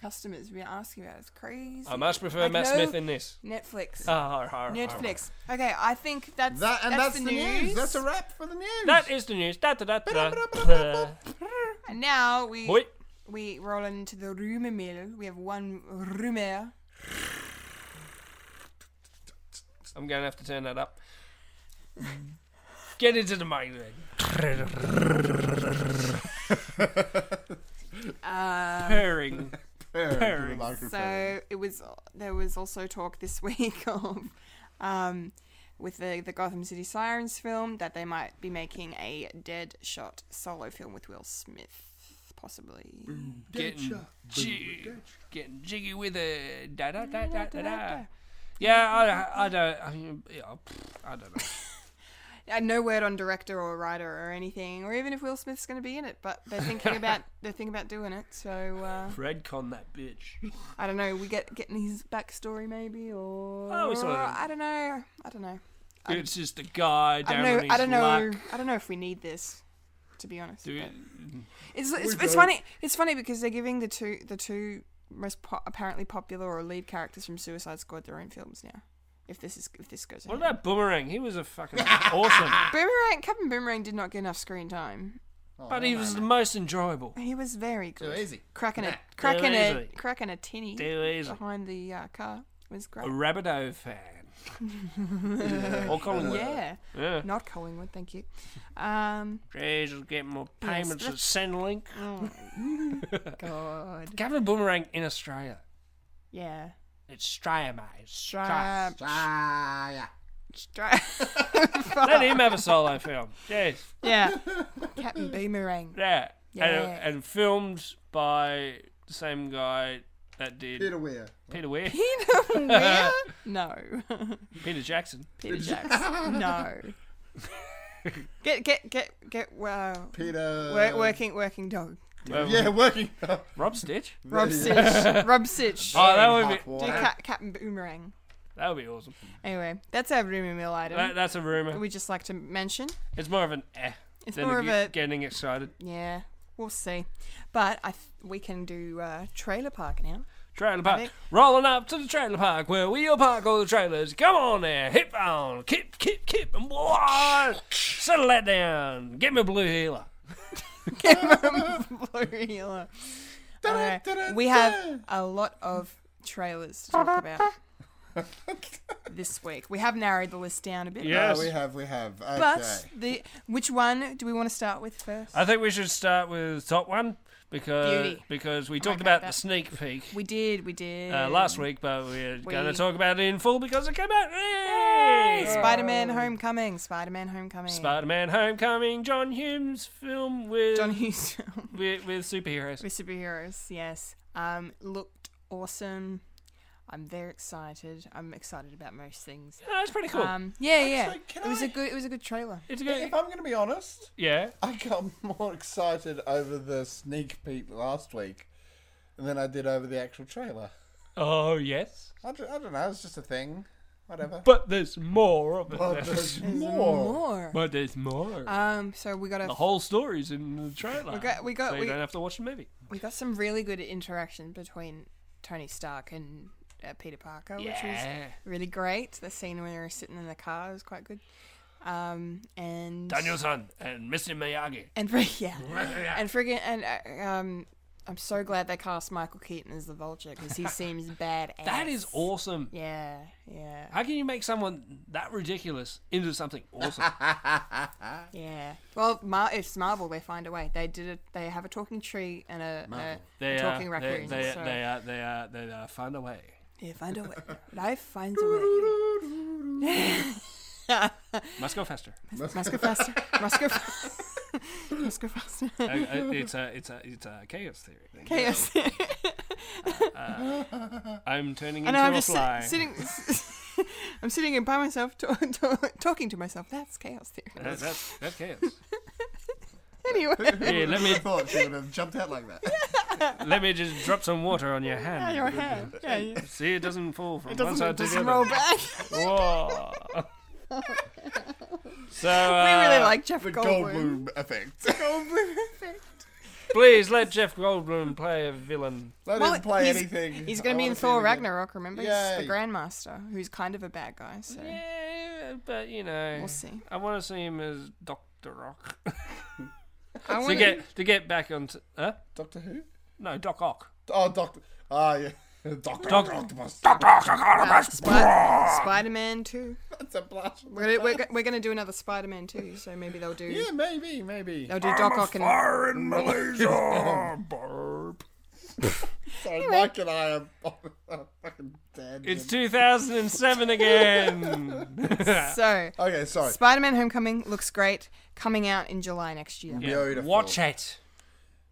Speaker 3: Customers have been asking about it. It's crazy.
Speaker 2: I much prefer
Speaker 3: Like,
Speaker 2: Matt
Speaker 3: no-
Speaker 2: Smith in this.
Speaker 3: Netflix.
Speaker 2: Ah, har, har, har.
Speaker 3: Netflix. Okay, I think that's
Speaker 1: That and that's,
Speaker 3: the,
Speaker 1: the news. That's a wrap for the news.
Speaker 2: That is the news. Da, da, da, da, da.
Speaker 3: and now we
Speaker 2: Hoi.
Speaker 3: we roll into the rumor mill. We have one rumor.
Speaker 2: I'm going to have to turn that up. Get into the mic then.
Speaker 3: Um,
Speaker 2: Purring.
Speaker 1: Fair to the
Speaker 2: Purring.
Speaker 1: microphone.
Speaker 3: So it was there was also talk this week of um, with the the Gotham City Sirens film that they might be making a Dead Shot solo film with Will Smith possibly.
Speaker 2: Mm. Getting, jig- getting jiggy with it. Da, da, da, da, da, da. Yeah, I, I don't. I, mean, yeah, pfft, I don't know.
Speaker 3: Uh, no word on director or writer or anything or even if Will Smith's going to be in it, but they're thinking about they're thinking about doing it. So uh,
Speaker 2: Redcon that bitch.
Speaker 3: I don't know, we get getting his backstory maybe or
Speaker 2: Oh, we saw it.
Speaker 3: I don't know. I don't know.
Speaker 2: It's just a guy
Speaker 3: I
Speaker 2: down
Speaker 3: don't
Speaker 2: on
Speaker 3: know.
Speaker 2: his
Speaker 3: I don't know.
Speaker 2: luck.
Speaker 3: I don't know if we need this to be honest.
Speaker 2: Do
Speaker 3: but-
Speaker 2: it-
Speaker 3: It's it's,
Speaker 1: We
Speaker 3: it's
Speaker 1: don't.
Speaker 3: funny. It's funny because they're giving the two the two most po- apparently popular or lead characters from Suicide Squad their own films now. If this is if this goes,
Speaker 2: What
Speaker 3: ahead.
Speaker 2: about Boomerang? He was a fucking awesome.
Speaker 3: Boomerang? Captain Boomerang did not get enough screen time.
Speaker 1: Oh,
Speaker 2: But
Speaker 3: Oh,
Speaker 2: he was the most enjoyable.
Speaker 3: He was very good.
Speaker 1: Too easy.
Speaker 3: Cracking a
Speaker 2: Nah,
Speaker 3: cracking a
Speaker 2: easy.
Speaker 3: cracking a tinny
Speaker 2: Too easy.
Speaker 3: behind the uh, car was
Speaker 2: A
Speaker 3: great.
Speaker 2: Rabideau fan. or Collingwood.
Speaker 3: Yeah,
Speaker 2: Yeah.
Speaker 3: not Collingwood. Thank you. Um,
Speaker 2: Jesus, get more payments
Speaker 3: Yes,
Speaker 2: at Centrelink.
Speaker 3: oh, God.
Speaker 2: Gavin Boomerang in Australia.
Speaker 3: Yeah.
Speaker 2: It's Australia, mate. Australia.
Speaker 3: Try,
Speaker 1: Ah, yeah.
Speaker 3: try.
Speaker 2: Let him have a solo film. Yes.
Speaker 3: yeah. Captain Boomerang.
Speaker 2: Yeah.
Speaker 3: Yeah.
Speaker 2: And, and filmed by the same guy that did
Speaker 1: Peter Weir.
Speaker 2: Peter Weir,
Speaker 3: Peter Weir? No.
Speaker 2: Peter Jackson.
Speaker 3: Peter Jackson. No. Get get get get wow.
Speaker 1: Peter.
Speaker 3: Work, working working dog.
Speaker 2: Um,
Speaker 1: Yeah, working.
Speaker 2: Rob Stitch.
Speaker 3: Rob Sitch. Rob Sitch.
Speaker 2: Oh, that
Speaker 1: Hot
Speaker 2: would be
Speaker 3: Do
Speaker 1: water.
Speaker 3: Ca- Captain Boomerang.
Speaker 2: that would be awesome.
Speaker 3: Anyway, that's our rumor mill item.
Speaker 2: That, that's a rumor.
Speaker 3: we just like to mention.
Speaker 2: It's more of an eh
Speaker 3: It's
Speaker 2: than
Speaker 3: more of
Speaker 2: ge-
Speaker 3: a
Speaker 2: getting excited.
Speaker 3: yeah. We'll see, but I th- we can do uh, trailer park now.
Speaker 2: Trailer park.
Speaker 3: think-
Speaker 2: Rolling up to the trailer park where we'll park all the trailers. Come on there. Hip on. Kip, kip, kip. And whoa. Settle that down. Get me a blue healer.
Speaker 3: Blue Healer. Alright, we have a lot of trailers to talk about this week. We have narrowed the list down a bit.
Speaker 1: Oh,
Speaker 2: Yes.
Speaker 1: we have, we have. Okay.
Speaker 3: But the which one do we want to start with first?
Speaker 2: I think we should start with top one because
Speaker 3: Beauty.
Speaker 2: because we talked
Speaker 3: okay,
Speaker 2: about the
Speaker 3: that-
Speaker 2: sneak peek
Speaker 3: we did, we did.
Speaker 2: uh, last week, but we're going to
Speaker 3: We-
Speaker 2: talk about it in full because it came out. Yay!
Speaker 3: Spider-Man: Homecoming. Spider-Man: Homecoming.
Speaker 2: Spider-Man: Homecoming, John Hume's film with
Speaker 3: John Hughes
Speaker 2: with, with superheroes.
Speaker 3: with superheroes. Yes, um, looked awesome. I'm very excited. I'm excited about most things.
Speaker 2: No, it's Oh, pretty cool.
Speaker 3: Um, yeah, yeah.
Speaker 1: Actually, can
Speaker 3: it was
Speaker 1: I-
Speaker 3: a good. It was a good trailer.
Speaker 2: it's a good,
Speaker 1: If I'm going to be honest,
Speaker 2: yeah.
Speaker 1: I got more excited over the sneak peek last week than I did over the actual trailer.
Speaker 2: Oh yes.
Speaker 1: I don't, I don't know. It's just a thing. Whatever.
Speaker 2: But there's more of it.
Speaker 1: But there's
Speaker 3: There's
Speaker 1: more.
Speaker 3: more.
Speaker 2: But there's more.
Speaker 3: Um, so we got a
Speaker 2: the whole story's in the trailer.
Speaker 3: We got- we got-
Speaker 2: so you
Speaker 3: we-
Speaker 2: don't have to watch the movie.
Speaker 3: we got some really good interaction between Tony Stark and uh, Peter Parker, which was
Speaker 2: yeah.
Speaker 3: really great. The scene when they were sitting in the car was quite good. Um, and
Speaker 2: Daniel-san and Mr. Miyagi.
Speaker 3: and fr- yeah, and friggin' and uh, um, I'm so glad they cast Michael Keaton as the Vulture because he seems bad.
Speaker 2: That is awesome.
Speaker 3: Yeah, yeah,
Speaker 2: How can you make someone that ridiculous into something awesome?
Speaker 3: yeah. Well, Mar- it's Marvel. They find a way. They did it. They have a talking tree and a, a,
Speaker 2: They
Speaker 3: a
Speaker 2: are,
Speaker 3: talking
Speaker 2: they,
Speaker 3: raccoon.
Speaker 2: they,
Speaker 3: so-
Speaker 2: they are, they are, they are, find a way.
Speaker 3: yeah, find a way. Life finds a way.
Speaker 2: Must go faster.
Speaker 3: Must go faster. Must go. fa- Must go faster.
Speaker 2: Uh, uh, it's a, it's a, it's a chaos theory.
Speaker 3: Chaos.
Speaker 2: Uh, I'm turning
Speaker 3: I
Speaker 2: into
Speaker 3: know. I'm
Speaker 2: a
Speaker 3: just
Speaker 2: fly.
Speaker 3: sit- sitting. I'm sitting in by myself, to- to- talking to myself. That's chaos theory.
Speaker 2: That- that's, that's chaos.
Speaker 3: Anyway,
Speaker 2: Yeah, let
Speaker 1: I
Speaker 2: me,
Speaker 1: thought she would have jumped out like that.
Speaker 2: let me just drop some water on your hand.
Speaker 3: your hand. Yeah, yeah.
Speaker 2: See, it doesn't fall from
Speaker 3: It
Speaker 2: one
Speaker 3: doesn't,
Speaker 2: side
Speaker 3: it
Speaker 2: to
Speaker 3: doesn't
Speaker 2: the
Speaker 3: roll
Speaker 2: other.
Speaker 3: back.
Speaker 2: Whoa. so,
Speaker 3: we really
Speaker 2: uh,
Speaker 3: like Jeff
Speaker 1: The
Speaker 3: Goldblum.
Speaker 1: Goldblum effect.
Speaker 3: Goldblum.
Speaker 2: please let Jeff Goldblum play a villain.
Speaker 1: Let
Speaker 3: Well,
Speaker 1: him play
Speaker 3: he's-
Speaker 1: anything.
Speaker 3: He's
Speaker 1: I
Speaker 3: going to be
Speaker 1: wanna
Speaker 3: in
Speaker 1: see
Speaker 3: Thor
Speaker 1: him
Speaker 3: Ragnarok, remember? He's
Speaker 1: Yay.
Speaker 3: the Grandmaster, who's kind of a bad guy, so
Speaker 2: Yeah, but you know,
Speaker 3: we'll see.
Speaker 2: I want to see him as Doctor Rock.
Speaker 3: I
Speaker 2: to
Speaker 3: want to.
Speaker 2: get to get back onto huh?
Speaker 1: Doctor Who?
Speaker 2: No, Doc Ock.
Speaker 1: Oh, Doctor. Ah, yeah. Doctor
Speaker 2: Doc-
Speaker 1: Octopus.
Speaker 3: Spider Man 2.
Speaker 1: That's a blast.
Speaker 3: We're going we're, go- we're gonna do another Spider Man 2, so maybe they'll do.
Speaker 1: Yeah, maybe, maybe.
Speaker 3: They'll do Doc Ock and.
Speaker 2: Fire in Malaysia. Burp.
Speaker 1: Sorry, Mike and I are are fucking dead.
Speaker 2: It's 2007 again.
Speaker 3: So,
Speaker 1: okay, sorry.
Speaker 3: Spider Man Homecoming looks great, coming out in July next year.
Speaker 2: Yeah,
Speaker 1: Beautiful.
Speaker 2: Watch it.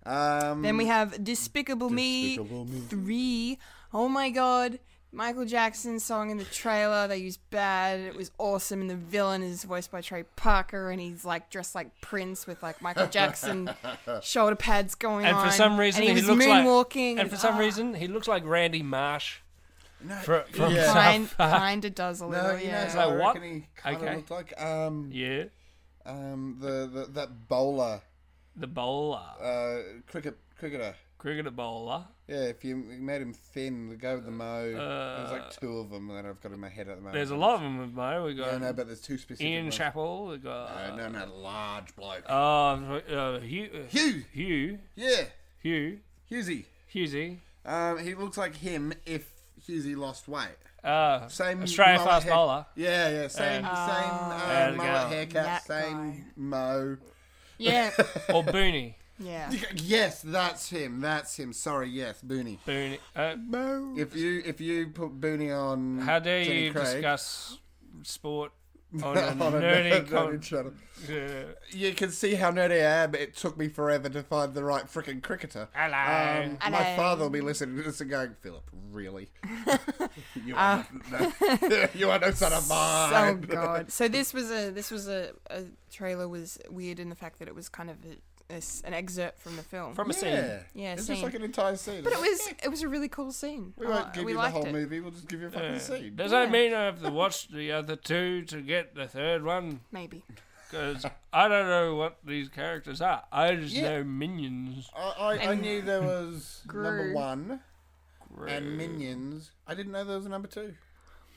Speaker 1: Um,
Speaker 3: Then we have Despicable,
Speaker 1: Despicable
Speaker 3: Me
Speaker 1: Me.
Speaker 3: 3. Oh my god. Michael Jackson's song in the trailer they used bad. It was awesome. And the villain is voiced by Trey Parker and he's like dressed like Prince with like Michael Jackson shoulder pads going
Speaker 2: And
Speaker 3: on.
Speaker 2: for some reason,
Speaker 3: and he, was
Speaker 2: looks
Speaker 3: moonwalking.
Speaker 2: like. And for
Speaker 1: Ah.
Speaker 2: some reason, he looks like Randy Marsh.
Speaker 1: no,
Speaker 2: Fr- from
Speaker 1: Yeah.
Speaker 3: kind,
Speaker 2: South Park.
Speaker 3: kinda does a little.
Speaker 1: no, you know,
Speaker 3: yeah.
Speaker 1: it's like
Speaker 2: what?
Speaker 1: what? He kind
Speaker 2: Okay.
Speaker 1: of looked like um,
Speaker 2: Yeah,
Speaker 1: um, the, the that bowler,
Speaker 2: the bowler,
Speaker 1: uh, cricket cricketer.
Speaker 2: cricketer bowler.
Speaker 1: Yeah, if you made him thin, the guy with the mo. there's like two of them that I've got in my head at the moment.
Speaker 2: Uh, There's a lot of them with Mo. We got
Speaker 1: I know, but there's two specific.
Speaker 2: Ian
Speaker 1: ones.
Speaker 2: Chappell. We got
Speaker 1: Uh, no, no, large bloke.
Speaker 2: Uh, uh, Hugh, uh,
Speaker 1: Hugh.
Speaker 2: Hugh,
Speaker 1: Yeah,
Speaker 2: Hugh,
Speaker 1: Husey.
Speaker 2: Hughesy,
Speaker 1: Um, he looks like him if Husey lost weight.
Speaker 2: uh,
Speaker 1: Same
Speaker 2: Australia
Speaker 1: mullet
Speaker 2: fast
Speaker 1: hair-
Speaker 2: bowler.
Speaker 1: Yeah, yeah, same, same
Speaker 2: There we
Speaker 1: uh,
Speaker 2: go.
Speaker 1: mullet haircut,
Speaker 3: That
Speaker 1: same
Speaker 3: guy.
Speaker 1: mo.
Speaker 3: yeah.
Speaker 2: or Booney,
Speaker 3: Yeah.
Speaker 1: Yes, that's him. That's him. Sorry, yes, Booney.
Speaker 2: Booney. Uh,
Speaker 3: Mo.
Speaker 1: If you if you put Booney on,
Speaker 2: how dare
Speaker 1: Jenny
Speaker 2: you
Speaker 1: Craig,
Speaker 2: discuss sport on a
Speaker 1: on a
Speaker 2: nerdy
Speaker 1: nerdy
Speaker 2: con-
Speaker 1: channel.
Speaker 2: uh,
Speaker 1: You can see how nerdy I am. It took me forever to find the right frickin' cricketer.
Speaker 2: Ah. Hello.
Speaker 1: Um,
Speaker 3: Hello.
Speaker 1: My father will be listening to this and going, Philip, really? you,
Speaker 3: Uh.
Speaker 1: are no, no, you are no son of
Speaker 3: Oh
Speaker 1: mine.
Speaker 3: god! So this was a this was a, a trailer was weird in the fact that it was kind of a, a s- an excerpt from the film.
Speaker 2: from a scene.
Speaker 1: yeah.
Speaker 3: Yeah,
Speaker 1: It's
Speaker 3: same.
Speaker 1: just like an entire scene.
Speaker 3: but it was it was a really cool scene.
Speaker 1: we
Speaker 3: I
Speaker 1: won't
Speaker 3: li-
Speaker 1: give
Speaker 3: we
Speaker 1: you the
Speaker 3: liked
Speaker 1: whole
Speaker 3: it.
Speaker 1: movie. We'll just give you a fucking scene.
Speaker 2: Does
Speaker 3: Yeah.
Speaker 2: that mean I have to watch the other two to get the third one?
Speaker 3: Maybe.
Speaker 2: Because I don't know what these characters are. I just
Speaker 1: Yeah.
Speaker 2: know minions.
Speaker 1: I, I, I
Speaker 3: And-
Speaker 1: knew there was number
Speaker 3: Gru.
Speaker 1: one and
Speaker 2: Gross.
Speaker 1: Minions. I didn't know there was a number two.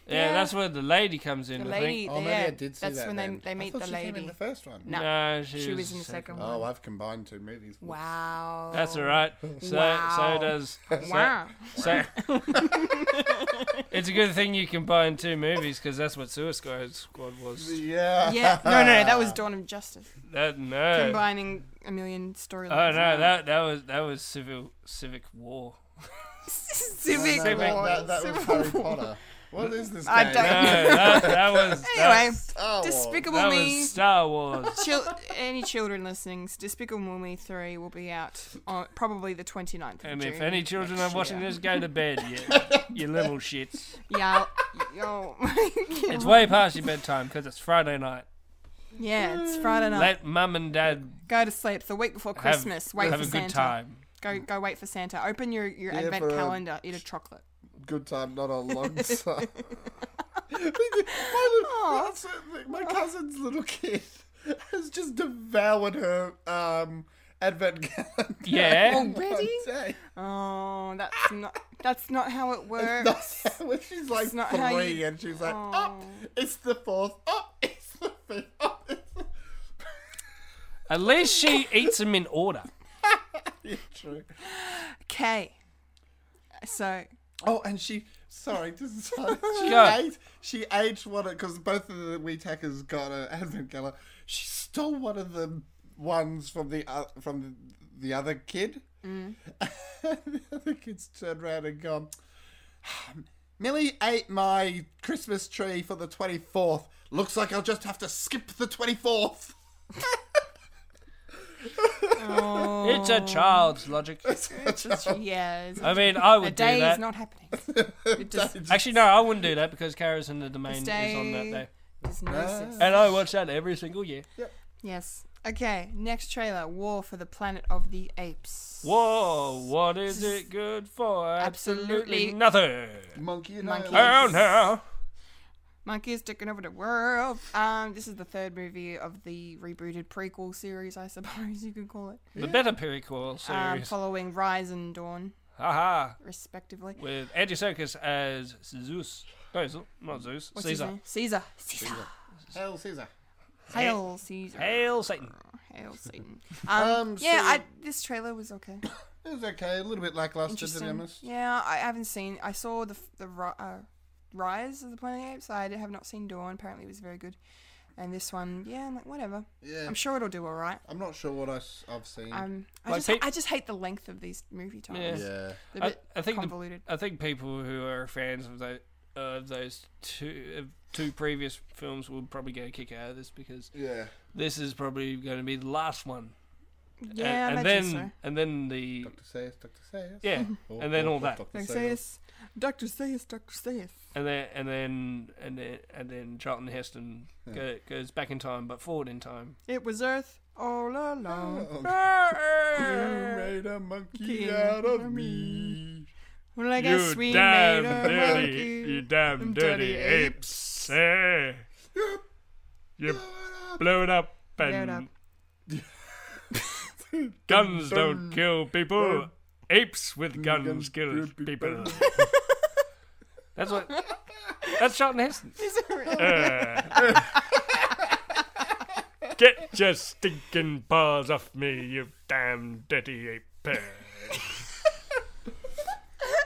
Speaker 2: Yeah,
Speaker 3: Yeah.
Speaker 2: that's where the lady comes in.
Speaker 3: The
Speaker 2: I
Speaker 3: lady.
Speaker 2: think.
Speaker 1: Oh, maybe
Speaker 3: yeah,
Speaker 1: I did see
Speaker 3: that's
Speaker 1: that.
Speaker 3: when they,
Speaker 1: then.
Speaker 3: they
Speaker 1: I
Speaker 3: meet
Speaker 1: thought
Speaker 3: the
Speaker 1: she came in
Speaker 3: lady.
Speaker 1: the first one.
Speaker 3: No,
Speaker 2: she,
Speaker 3: she was in the second one.
Speaker 1: Oh, I've combined two movies.
Speaker 3: Wow.
Speaker 2: That's all right. So
Speaker 3: Wow.
Speaker 2: so does
Speaker 3: Wow.
Speaker 2: so. it's a good thing you combine two movies because that's what Suicide Squad was.
Speaker 1: Yeah.
Speaker 3: yeah. No, no, no. That was Dawn of Justice.
Speaker 2: That no.
Speaker 3: Combining a million storylines.
Speaker 2: oh no, that that was that was civil civic war.
Speaker 3: civic
Speaker 1: No, that,
Speaker 3: War.
Speaker 1: that, that was
Speaker 3: Civil
Speaker 1: Harry
Speaker 3: War.
Speaker 1: Potter. What is this?
Speaker 3: I
Speaker 1: game? Oh,
Speaker 2: No,
Speaker 3: don't-
Speaker 2: that, that was that,
Speaker 3: Anyway,
Speaker 1: Star Wars.
Speaker 3: Despicable
Speaker 2: that
Speaker 3: Me.
Speaker 2: was Star Wars.
Speaker 3: Chil- any children listening, Despicable Me 3 will be out on probably the 29th of
Speaker 2: And
Speaker 3: June.
Speaker 2: if any children are
Speaker 3: next
Speaker 2: watching
Speaker 3: year.
Speaker 2: this, go to bed, you, you little shits.
Speaker 3: Yeah. Yo.
Speaker 2: It's way past your bedtime because it's Friday night.
Speaker 3: yeah, it's Friday night.
Speaker 2: Let mum and dad
Speaker 3: go to sleep. It's The week before
Speaker 2: have,
Speaker 3: Christmas. wait
Speaker 2: have
Speaker 3: for
Speaker 2: a
Speaker 3: Santa.
Speaker 2: good time.
Speaker 3: Go go wait for Santa. Open your, your
Speaker 1: Yeah,
Speaker 3: advent
Speaker 1: for a-
Speaker 3: calendar. Eat a chocolate.
Speaker 1: Good time, not a long time. my, my cousin's little kid has just devoured her um, advent calendar.
Speaker 2: Yeah.
Speaker 3: Already?
Speaker 1: One day.
Speaker 3: Oh, that's not that's not how it works.
Speaker 1: It's not how- she's like
Speaker 3: It's not how
Speaker 1: three,
Speaker 3: you-
Speaker 1: and she's like,
Speaker 3: Oh.
Speaker 1: up, it's the fourth, up, it's the fifth, up, it's the...
Speaker 2: At least she eats them in order.
Speaker 1: Yeah, true.
Speaker 3: Okay. So
Speaker 1: Oh, and she, sorry, just sorry. She
Speaker 2: Go.
Speaker 1: ate, she ate one of, because both of the Wee Tackers got an advent calendar. She stole one of the ones from the, uh, from the other kid.
Speaker 3: Mm.
Speaker 1: the other kid's turned around and gone, "Um, Millie ate my Christmas tree for the 24th. Looks like I'll just have to skip the 24th.
Speaker 2: It's a
Speaker 3: oh.
Speaker 2: child's logic.
Speaker 3: yeah, it's-
Speaker 2: I mean, I
Speaker 3: a
Speaker 2: would do
Speaker 3: day is
Speaker 2: that.
Speaker 3: not happening. It just
Speaker 2: Actually, no, I wouldn't do that because Carers in the Domain is on that
Speaker 3: day-
Speaker 2: day.
Speaker 3: does no sense.
Speaker 2: And I watch that every single year.
Speaker 3: Yes. Okay. Next trailer: War for the Planet of the Apes.
Speaker 2: Whoa, what is it good for? Absolutely
Speaker 3: Absolutely.
Speaker 2: nothing.
Speaker 1: Monkey and
Speaker 3: Monkey.
Speaker 1: I.
Speaker 2: Oh no.
Speaker 3: Monkeys taking over the world. Um, this is the third movie of the rebooted prequel series, I suppose you could call it,
Speaker 2: The better prequel
Speaker 3: um,
Speaker 2: series.
Speaker 3: following Rise and Dawn,
Speaker 2: Haha.
Speaker 3: respectively.
Speaker 2: With Andy Serkis as Zeus. No, Zeus- not Zeus.
Speaker 3: Mm. What's his
Speaker 2: Caesar.
Speaker 3: name? Caesar. Caesar.
Speaker 1: Hail Caesar.
Speaker 3: Hail Caesar.
Speaker 2: Hail Satan.
Speaker 3: Hail Satan. Um,
Speaker 1: Um,
Speaker 3: yeah,
Speaker 1: so-
Speaker 3: I, this trailer was okay.
Speaker 1: It was okay, a little bit lackluster to be
Speaker 3: Interesting.
Speaker 1: honest.
Speaker 3: Yeah, I haven't seen. I saw the f- the ri- uh, Rise of the Planet of the Apes. I d- have not seen Dawn. Apparently, it was very good. And this one, yeah, I'm like whatever.
Speaker 1: Yeah,
Speaker 3: I'm sure it'll do all right.
Speaker 1: I'm not sure what I, have seen.
Speaker 3: Um, I
Speaker 2: Like
Speaker 3: just
Speaker 2: peop-
Speaker 3: I just hate the length of these movie times.
Speaker 2: Yeah.
Speaker 1: yeah,
Speaker 3: They're a
Speaker 2: I,
Speaker 3: bit
Speaker 2: I think the
Speaker 3: convoluted.
Speaker 2: I think people who are fans of those of those two of two previous films will probably get a kick out of this because
Speaker 1: yeah.
Speaker 2: this is probably going to be the last one.
Speaker 3: yeah,
Speaker 2: and,
Speaker 3: I
Speaker 2: and
Speaker 3: imagine
Speaker 2: then and then the
Speaker 1: Doctor Sayers, Doctor Sayers. Oh,
Speaker 2: yeah, and then all that.
Speaker 3: so. Dr. Seuss, Dr. Seuss, Dr. Seuss.
Speaker 2: and then and then and then and then Charlton Heston go, goes back in time but forward in time.
Speaker 3: It was Earth all along.
Speaker 1: Oh, you
Speaker 2: yeah,
Speaker 1: made a monkey
Speaker 3: King
Speaker 1: out of
Speaker 3: of
Speaker 1: me.
Speaker 3: Well, I guess we made a monkey.
Speaker 2: damn
Speaker 3: dirty apes.
Speaker 2: Eh. You blow it up
Speaker 3: it up.
Speaker 2: guns don't kill people. Apes with guns kill people. That's what. That's Charlton Heston.
Speaker 3: Is it really?
Speaker 2: Uh. Get your stinking paws off me, you damn dirty ape.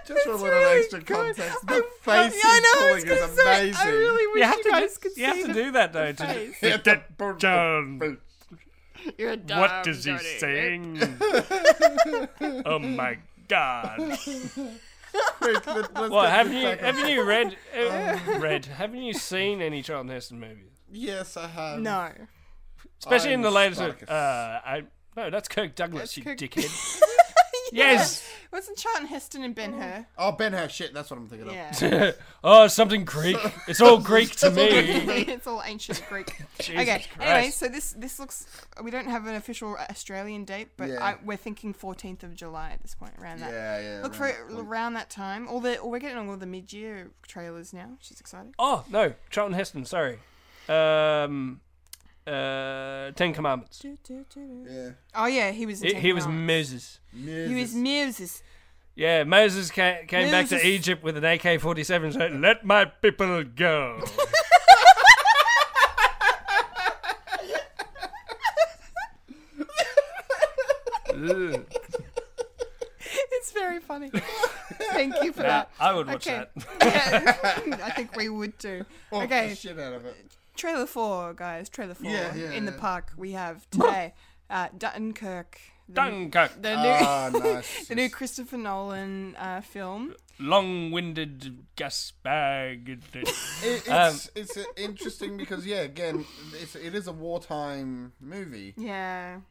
Speaker 1: Just for a
Speaker 3: It's
Speaker 1: little
Speaker 3: really
Speaker 1: extra
Speaker 3: good.
Speaker 1: context,
Speaker 3: I'm-
Speaker 1: the face
Speaker 3: I know, I
Speaker 1: he's
Speaker 3: was
Speaker 1: pulling
Speaker 3: gonna
Speaker 1: is
Speaker 3: say,
Speaker 1: amazing.
Speaker 3: I really wish
Speaker 2: You have to
Speaker 3: guys
Speaker 2: do,
Speaker 3: could
Speaker 2: you have
Speaker 3: see
Speaker 2: to
Speaker 3: the
Speaker 2: do that though. To,
Speaker 3: face.
Speaker 1: Hit that burn
Speaker 2: down.
Speaker 1: the
Speaker 3: You're a
Speaker 2: what is he
Speaker 3: dumb dirty ape.
Speaker 2: saying? oh my god!
Speaker 1: freak. Let- let's
Speaker 2: Well,
Speaker 1: get
Speaker 2: haven't
Speaker 1: this
Speaker 2: you
Speaker 1: back on.
Speaker 2: haven't you read uh, read haven't you seen any Charlton Heston movies?
Speaker 1: Yes, I have.
Speaker 3: No.
Speaker 2: Especially in
Speaker 1: I'm
Speaker 2: the latest. one.
Speaker 1: Spartacus.
Speaker 2: Uh, I no, that's Kirk Douglas,
Speaker 3: That's
Speaker 2: you
Speaker 3: Kirk-
Speaker 2: dickhead.
Speaker 3: Yeah.
Speaker 2: Yes.
Speaker 3: Wasn't Charlton Heston and Ben Hur?
Speaker 1: Oh, Ben Hur. Shit, that's what I'm thinking
Speaker 3: Yeah.
Speaker 1: of.
Speaker 2: oh, something Greek. It's all Greek to me.
Speaker 3: it's all ancient Greek. okay. Anyway,
Speaker 2: Christ.
Speaker 3: so this this looks. We don't have an official Australian date, but
Speaker 1: Yeah.
Speaker 3: I, we're thinking 14th of July at this point, around
Speaker 1: Yeah,
Speaker 3: that.
Speaker 1: yeah.
Speaker 3: Look for
Speaker 1: around
Speaker 3: it
Speaker 1: that point.
Speaker 3: around that time. All the we're getting all the mid-year trailers now, which is exciting.
Speaker 2: Oh no, Charlton Heston. Sorry. Um, uh, Ten Commandments.
Speaker 1: Yeah.
Speaker 3: Oh yeah, he was. In
Speaker 2: He, he was
Speaker 3: Taken Out.
Speaker 2: Moses.
Speaker 3: He
Speaker 1: Moses.
Speaker 3: was Moses.
Speaker 2: Yeah, Moses ca- came back to
Speaker 3: Moses.
Speaker 2: Egypt with an AK-47 and said, "Let my people go." Ugh.
Speaker 3: It's very funny. Thank you for
Speaker 2: Nah,
Speaker 3: that.
Speaker 2: I would watch
Speaker 3: Okay.
Speaker 2: that.
Speaker 3: Yeah, I think we would too.
Speaker 1: Oh,
Speaker 3: okay.
Speaker 1: the shit out of it.
Speaker 3: Trailer four, guys. Trailer four.
Speaker 1: Yeah, yeah,
Speaker 3: in the
Speaker 1: yeah.
Speaker 3: park, we have today uh, Dunkirk. The,
Speaker 2: Dunkirk,
Speaker 3: The new,
Speaker 1: Ah, nice.
Speaker 3: the new Christopher Nolan uh, film.
Speaker 2: long-winded gas bag.
Speaker 1: It,
Speaker 2: Um,
Speaker 1: it's it's uh, interesting because yeah, again, it's it is a wartime movie,
Speaker 3: Yeah.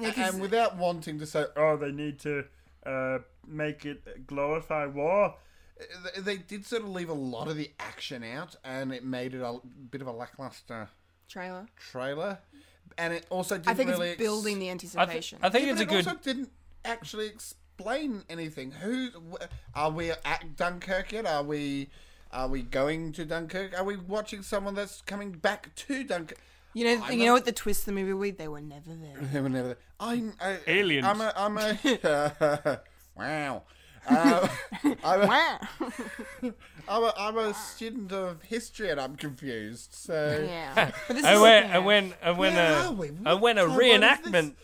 Speaker 3: Yeah, 'cause-
Speaker 1: and without wanting to say, oh, they need to uh, make it glorify war. th- They did sort of leave a lot of the action out, and it made it a bit of a lackluster
Speaker 3: trailer.
Speaker 1: trailer. And it also didn't
Speaker 3: I think
Speaker 1: really
Speaker 3: it's building the
Speaker 2: I, th-
Speaker 3: anticipation.
Speaker 2: I think
Speaker 1: Yeah,
Speaker 2: it's
Speaker 1: but it
Speaker 2: a good.
Speaker 1: also didn't actually explain anything. Who wh- are we at Dunkirk yet? Are we are we going to Dunkirk? Are we watching someone that's coming back to Dunkirk?
Speaker 3: You know,
Speaker 1: I'm
Speaker 3: you
Speaker 1: a-
Speaker 3: know what the twist of the movie would be? They were never there.
Speaker 1: They were never there. I'm I,
Speaker 2: Aliens.
Speaker 1: I'm a. I'm a wow. Um, I'm, a,
Speaker 3: Wow.
Speaker 1: I'm, a, I'm a student of history and I'm confused. So
Speaker 3: yeah. But this
Speaker 2: And
Speaker 3: is-
Speaker 2: when
Speaker 3: yeah.
Speaker 2: and when and when
Speaker 1: Where
Speaker 2: a
Speaker 1: are we?
Speaker 2: and when a
Speaker 1: What- what is
Speaker 2: reenactment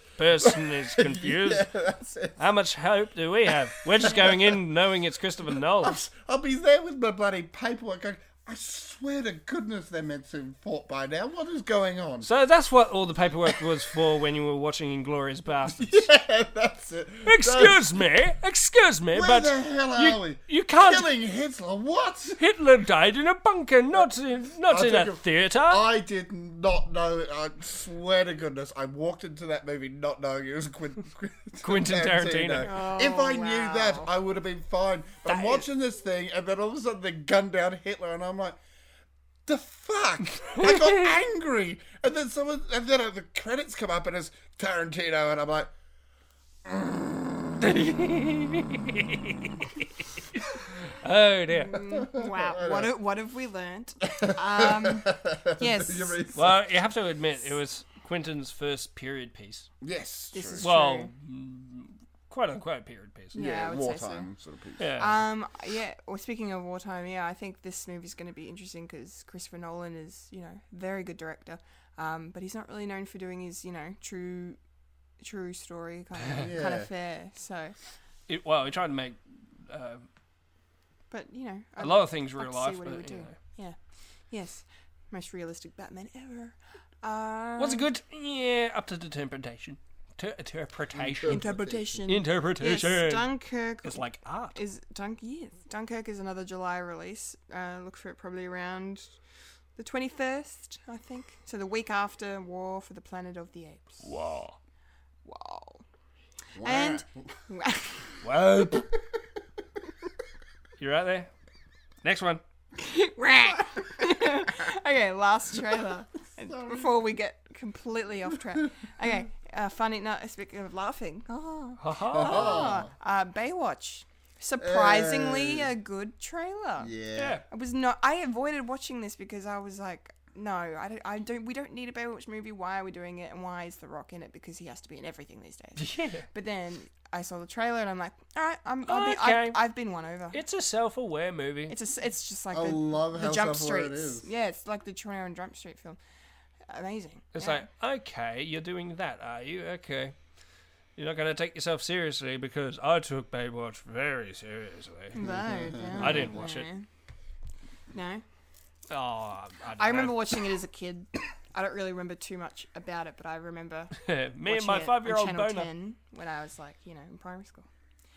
Speaker 2: person is confused,
Speaker 1: that's it.
Speaker 2: how much hope do we have? We're just going in knowing it's Christopher Nolan.
Speaker 1: I'll be there with my bloody paperwork. Going, I swear to goodness, they're meant to port by now. What is going on?
Speaker 2: So that's what all the paperwork was for when you were watching Inglorious Bastards.
Speaker 1: yeah, that's it.
Speaker 2: Excuse me, excuse me,
Speaker 1: Where
Speaker 2: but
Speaker 1: the hell are
Speaker 2: you,
Speaker 1: we?
Speaker 2: you can't.
Speaker 1: Killing Hitler? What?
Speaker 2: Hitler died in a bunker, not in not
Speaker 1: I
Speaker 2: in a
Speaker 1: think of-
Speaker 2: theater.
Speaker 3: Oh.
Speaker 1: I did not know. I swear to goodness, I walked into that movie not knowing it was Quentin,
Speaker 2: Quentin Tarantino.
Speaker 1: if I
Speaker 3: Oh,
Speaker 1: knew that,
Speaker 3: wow.
Speaker 1: I would have been fine. I'm
Speaker 2: That
Speaker 1: watching this thing, and then all of a sudden they gunned down Hitler, and I'm like, the fuck! I got angry, and then someone, and then the credits come up, and it's Tarantino, and I'm like,
Speaker 2: Oh dear.
Speaker 3: Mm, Wow. What, have- what have we learned? Um, yes.
Speaker 1: "Your reason."
Speaker 2: Well, you have to admit it was Quentin's first period piece.
Speaker 1: yes,
Speaker 3: This
Speaker 1: true.
Speaker 3: is-
Speaker 2: Well, mm, quite unquote period piece.
Speaker 3: Yeah, I would say so.
Speaker 1: wartime sort of piece.
Speaker 2: Yeah.
Speaker 3: Um, yeah. Well, speaking of wartime, yeah, I think this movie's going to be interesting because Christopher Nolan is, you know, very good director. Um, but he's not really known for doing his, you know, true, true story kind of kind
Speaker 1: Yeah.
Speaker 3: of fair. So,
Speaker 2: It- well, he tried to make uh,
Speaker 3: but you know,
Speaker 2: a
Speaker 3: I'd
Speaker 2: lot of things
Speaker 3: like
Speaker 2: real
Speaker 3: to see
Speaker 2: life,
Speaker 3: what
Speaker 2: but
Speaker 3: he
Speaker 2: you
Speaker 3: would do.
Speaker 2: know.
Speaker 3: Yeah. Yes. Most realistic Batman ever. Uh,
Speaker 2: was it good? Yeah, up to interpretation. Ter- interpretation.
Speaker 3: Interpretation. yes,
Speaker 2: interpretation.
Speaker 3: Dunkirk
Speaker 2: it's like art.
Speaker 3: is Dunk. Yes, Dunkirk is another July release. Uh, look for it probably around the twenty first, I think. So the week after War for the Planet of the Apes.
Speaker 2: Wow.
Speaker 3: Wow. And
Speaker 2: Wow. you right there? Next one.
Speaker 3: okay, last trailer And before we get completely off track. Okay, uh, funny. No, speaking of laughing. Oh,
Speaker 2: Ha-ha.
Speaker 3: uh, Baywatch. Surprisingly, a good trailer.
Speaker 1: yeah.
Speaker 2: Yeah.
Speaker 3: I was not. I avoided watching this because I was like, no, I don't. I don't. We don't need a Baywatch movie. Why are we doing it? And why is The Rock in it? Because he has to be in everything these days.
Speaker 2: Yeah. Oh,
Speaker 3: But then I saw the trailer and I'm like, all right, I'm. I'll be, I've,
Speaker 2: Okay.
Speaker 3: I've been won over.
Speaker 2: It's a self-aware movie.
Speaker 3: It's a s It's just like
Speaker 1: I
Speaker 3: the,
Speaker 1: love
Speaker 3: the
Speaker 1: how
Speaker 3: Jump
Speaker 1: self-aware
Speaker 3: Streets.
Speaker 1: it is.
Speaker 3: Yeah, it's like the Toronto and Jump Street film. Amazing.
Speaker 2: It's
Speaker 3: Yeah.
Speaker 2: like, okay, you're doing that, are you? Okay. You're not going to take yourself seriously because I took Baywatch very seriously.
Speaker 3: Mm. No,
Speaker 1: Mm-hmm.
Speaker 3: no,
Speaker 2: I didn't watch it.
Speaker 3: No,
Speaker 2: Oh, I, don't
Speaker 3: I remember
Speaker 2: know.
Speaker 3: watching it as a kid. I don't really remember too much about it, but I remember
Speaker 2: me and
Speaker 3: watching
Speaker 2: my
Speaker 3: it on
Speaker 2: five-year-old
Speaker 3: Channel
Speaker 2: boner.
Speaker 3: 10 when I was like, you know, in primary school.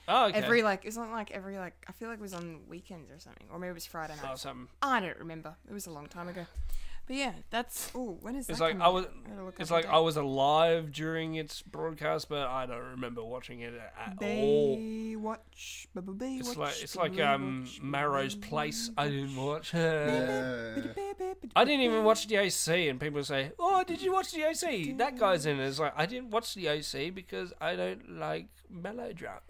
Speaker 2: Oh, okay.
Speaker 3: Every like it was on like every like I feel like it was on weekends or something, or maybe it was Friday night.
Speaker 2: Oh, something.
Speaker 3: I don't remember. It was a long time ago. But yeah, that's oh, when is
Speaker 2: It's
Speaker 3: that?
Speaker 2: like
Speaker 3: coming
Speaker 2: I
Speaker 3: out?
Speaker 2: was.
Speaker 3: I gotta look
Speaker 2: It's
Speaker 3: up
Speaker 2: like
Speaker 3: the
Speaker 2: I was alive during its broadcast, but I don't remember watching it at
Speaker 3: date.
Speaker 2: all.
Speaker 3: Baywatch, ba- ba- Baywatch.
Speaker 2: It's like it's like um Marrow's Place. I didn't watch.
Speaker 1: Yeah.
Speaker 2: I didn't even watch the AC, and people say, "Oh, did you watch the AC? That guy's in it." It's like I didn't watch the AC because I don't like melodrama.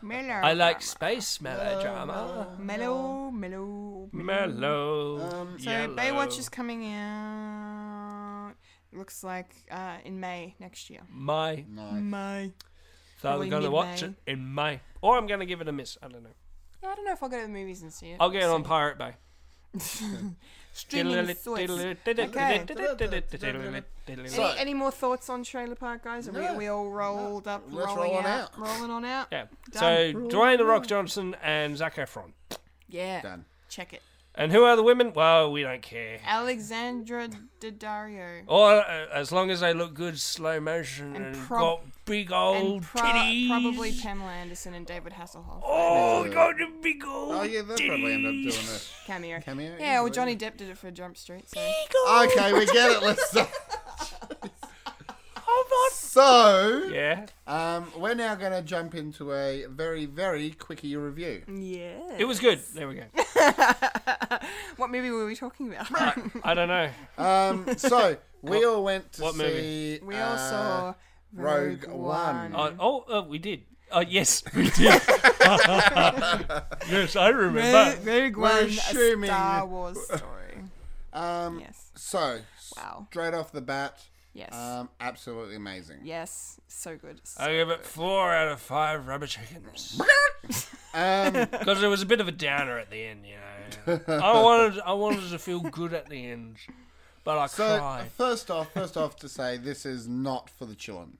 Speaker 3: Mellow.
Speaker 2: I like space melodrama.
Speaker 3: mellow, mellow,
Speaker 2: Mellow.
Speaker 1: Um,
Speaker 3: So
Speaker 2: yellow.
Speaker 3: Baywatch is coming out. Looks like uh, in May next year.
Speaker 2: my.
Speaker 1: nice.
Speaker 3: May.
Speaker 2: So I'm
Speaker 3: Probably
Speaker 2: gonna watch it
Speaker 3: mid-May.
Speaker 2: in May, or I'm gonna give it a miss. I don't know.
Speaker 3: Yeah, I don't know if I'll go to the movies and see it.
Speaker 2: I'll get it on
Speaker 3: So-
Speaker 2: Pirate Bay.
Speaker 3: streaming source.
Speaker 1: So-
Speaker 3: any, any more thoughts on Trailer Park, guys? Are we,
Speaker 1: No.
Speaker 3: we all rolled up,
Speaker 1: Let's
Speaker 3: rolling
Speaker 1: roll on
Speaker 3: out,
Speaker 1: out.
Speaker 3: rolling on out?
Speaker 2: Yeah. So
Speaker 3: Done.
Speaker 2: Dwayne the Rock Johnson and Zac Efron.
Speaker 3: Yeah.
Speaker 1: Done.
Speaker 3: Check it.
Speaker 2: And who are the women? Well, we don't care.
Speaker 3: Alexandra Daddario.
Speaker 2: Or uh, as long as they look good, slow motion, and,
Speaker 3: And prob-
Speaker 2: got big old
Speaker 3: and pro-
Speaker 2: titties.
Speaker 3: probably Pamela Anderson and David Hasselhoff.
Speaker 2: Oh, got the big old.
Speaker 1: Oh yeah, they'll probably end up doing
Speaker 2: titties.
Speaker 1: it.
Speaker 3: Cameo.
Speaker 1: Cameo,
Speaker 3: Yeah, well,
Speaker 1: easily.
Speaker 3: Johnny Depp did it for Jump Street. So.
Speaker 2: Big old-
Speaker 1: Okay, we get it. Let's stop.
Speaker 2: Oh,
Speaker 1: So,
Speaker 2: my- Yeah.
Speaker 1: um, we're now going to jump into a very, very quickie review.
Speaker 3: Yeah.
Speaker 2: It was good. There we go.
Speaker 3: What movie were we talking about?
Speaker 2: I don't know.
Speaker 1: Um, so we all went to
Speaker 2: what
Speaker 1: see.
Speaker 2: movie?
Speaker 3: Mm. we
Speaker 1: uh,
Speaker 3: all saw
Speaker 1: Rogue
Speaker 3: Rogue,
Speaker 1: One.
Speaker 3: One.
Speaker 2: Uh, oh, uh, we did. Uh, yes, we did. yes, I remember.
Speaker 3: Rogue
Speaker 1: We're
Speaker 3: One, a
Speaker 1: assuming-
Speaker 3: Star Wars story.
Speaker 1: Um,
Speaker 3: Yes.
Speaker 1: so
Speaker 3: Wow.
Speaker 1: Straight off the bat.
Speaker 3: Yes.
Speaker 1: Um, absolutely amazing.
Speaker 3: yes. So good.
Speaker 2: I give it four out of five rubber chickens
Speaker 1: Um,
Speaker 2: because it was a bit of a downer at the end. You know, I wanted I wanted to feel good at the end, but I
Speaker 1: so
Speaker 2: cried.
Speaker 1: first off, first off, to say this is not for the children.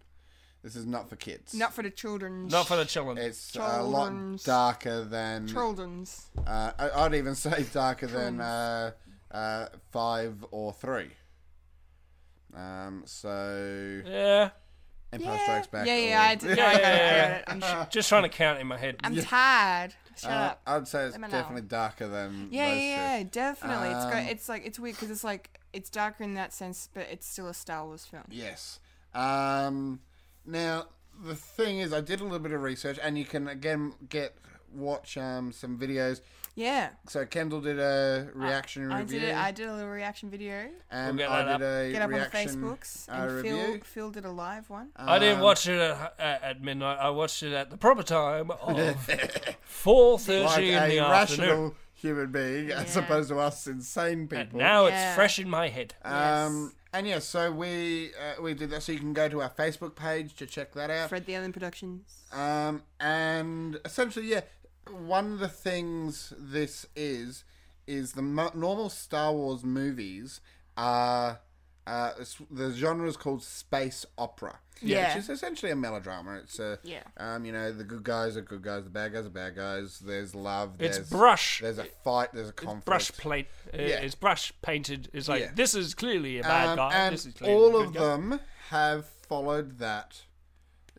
Speaker 1: This is not for kids.
Speaker 3: Not for the children.
Speaker 2: Not for the children.
Speaker 3: eh,
Speaker 1: It's a lot
Speaker 3: Children's-
Speaker 1: darker than.
Speaker 3: children's.
Speaker 1: Uh, I- I'd even say darker than uh, uh, five or three. Um, so
Speaker 2: yeah,
Speaker 1: Empire Strikes Back.
Speaker 3: Yeah,
Speaker 1: or-
Speaker 3: yeah, I did. no, I got it. I got it. I'm, sh-
Speaker 2: just trying to count in my head.
Speaker 3: I'm tired. Shut
Speaker 1: Uh,
Speaker 3: up.
Speaker 1: I'd say it's
Speaker 3: Let me know.
Speaker 1: definitely darker than
Speaker 3: Yeah,
Speaker 1: those
Speaker 3: yeah,
Speaker 1: two.
Speaker 3: yeah, definitely. it's
Speaker 1: Um,
Speaker 3: got, it's like it's weird because it's like it's darker in that sense, but it's still a Star Wars film.
Speaker 1: Yes. Um, now the thing is, I did a little bit of research, and you can again get watch um, some videos.
Speaker 3: Yeah,
Speaker 1: So Kendall did a reaction
Speaker 3: I
Speaker 1: review,
Speaker 3: did it. I did a little reaction video.
Speaker 1: and
Speaker 2: We'll get
Speaker 1: I
Speaker 2: that
Speaker 1: did a
Speaker 3: Get up
Speaker 1: reaction
Speaker 3: on Facebooks
Speaker 1: uh,
Speaker 3: and Phil,
Speaker 1: review. Uh,
Speaker 3: Phil did a live one.
Speaker 2: I didn't
Speaker 1: Um,
Speaker 2: watch it at, at, at midnight. I watched it at the proper time of four thirty
Speaker 1: like
Speaker 2: in the
Speaker 1: a
Speaker 2: afternoon.
Speaker 1: rational human being as
Speaker 3: Yeah.
Speaker 1: opposed to us insane
Speaker 2: And
Speaker 1: people.
Speaker 2: now
Speaker 3: Yeah.
Speaker 2: it's fresh in my head.
Speaker 1: um, and yeah, so we uh, we did that. So you can go to our Facebook page to check that out.
Speaker 3: Fred the Alien Productions.
Speaker 1: Um, and essentially, yeah, one of the things this is is the mo- normal Star Wars movies are. Uh, s- the genre is called space opera,
Speaker 3: Yeah.
Speaker 1: which is essentially a melodrama. It's a,
Speaker 3: Yeah.
Speaker 1: um, you know, the good guys are good guys, the bad guys are bad guys. There's love.
Speaker 2: It's
Speaker 1: there's,
Speaker 2: brush.
Speaker 1: There's a fight. There's a conflict.
Speaker 2: brush plate. uh,
Speaker 1: Yeah.
Speaker 2: It's brush painted. It's like
Speaker 1: Yeah.
Speaker 2: this is clearly a bad
Speaker 1: Um,
Speaker 2: guy.
Speaker 1: and
Speaker 2: This is clearly
Speaker 1: all
Speaker 2: a good
Speaker 1: of
Speaker 2: guy.
Speaker 1: them have followed that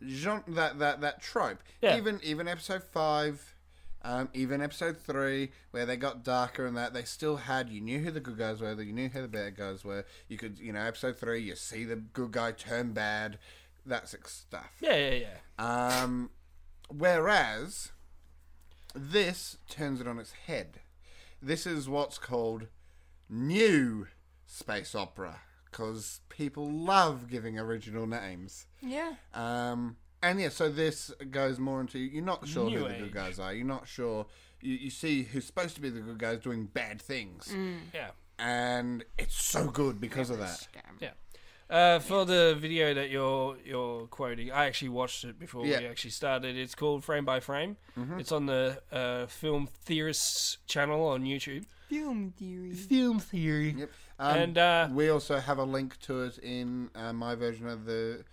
Speaker 1: genre, that that that trope.
Speaker 2: Yeah.
Speaker 1: Even even episode five, um, even episode three, where they got darker and that they still had. You knew who the good guys were. You knew who the bad guys were. You could you know episode three, you see the good guy turn bad. That sort of stuff.
Speaker 2: Yeah, yeah, yeah.
Speaker 1: Um, whereas this turns it on its head. This is what's called new space opera because people love giving original names.
Speaker 3: Yeah.
Speaker 1: Um, and yeah, so this goes more into you're not sure
Speaker 2: New
Speaker 1: who the
Speaker 2: age.
Speaker 1: good guys are. You're not sure. You, you see who's supposed to be the good guys doing bad things,
Speaker 2: Yeah.
Speaker 1: and it's so good because of that.
Speaker 2: Yeah. Uh, for the video that you're you're quoting, I actually watched it before
Speaker 1: Yeah. Mm-hmm.
Speaker 2: we actually started. It's called Frame by Frame. It's on the uh, Film Theorists channel on YouTube.
Speaker 3: Film theory.
Speaker 2: Film theory.
Speaker 1: Yep. Um,
Speaker 2: And, uh,
Speaker 1: we also have a link to it in uh, my version of the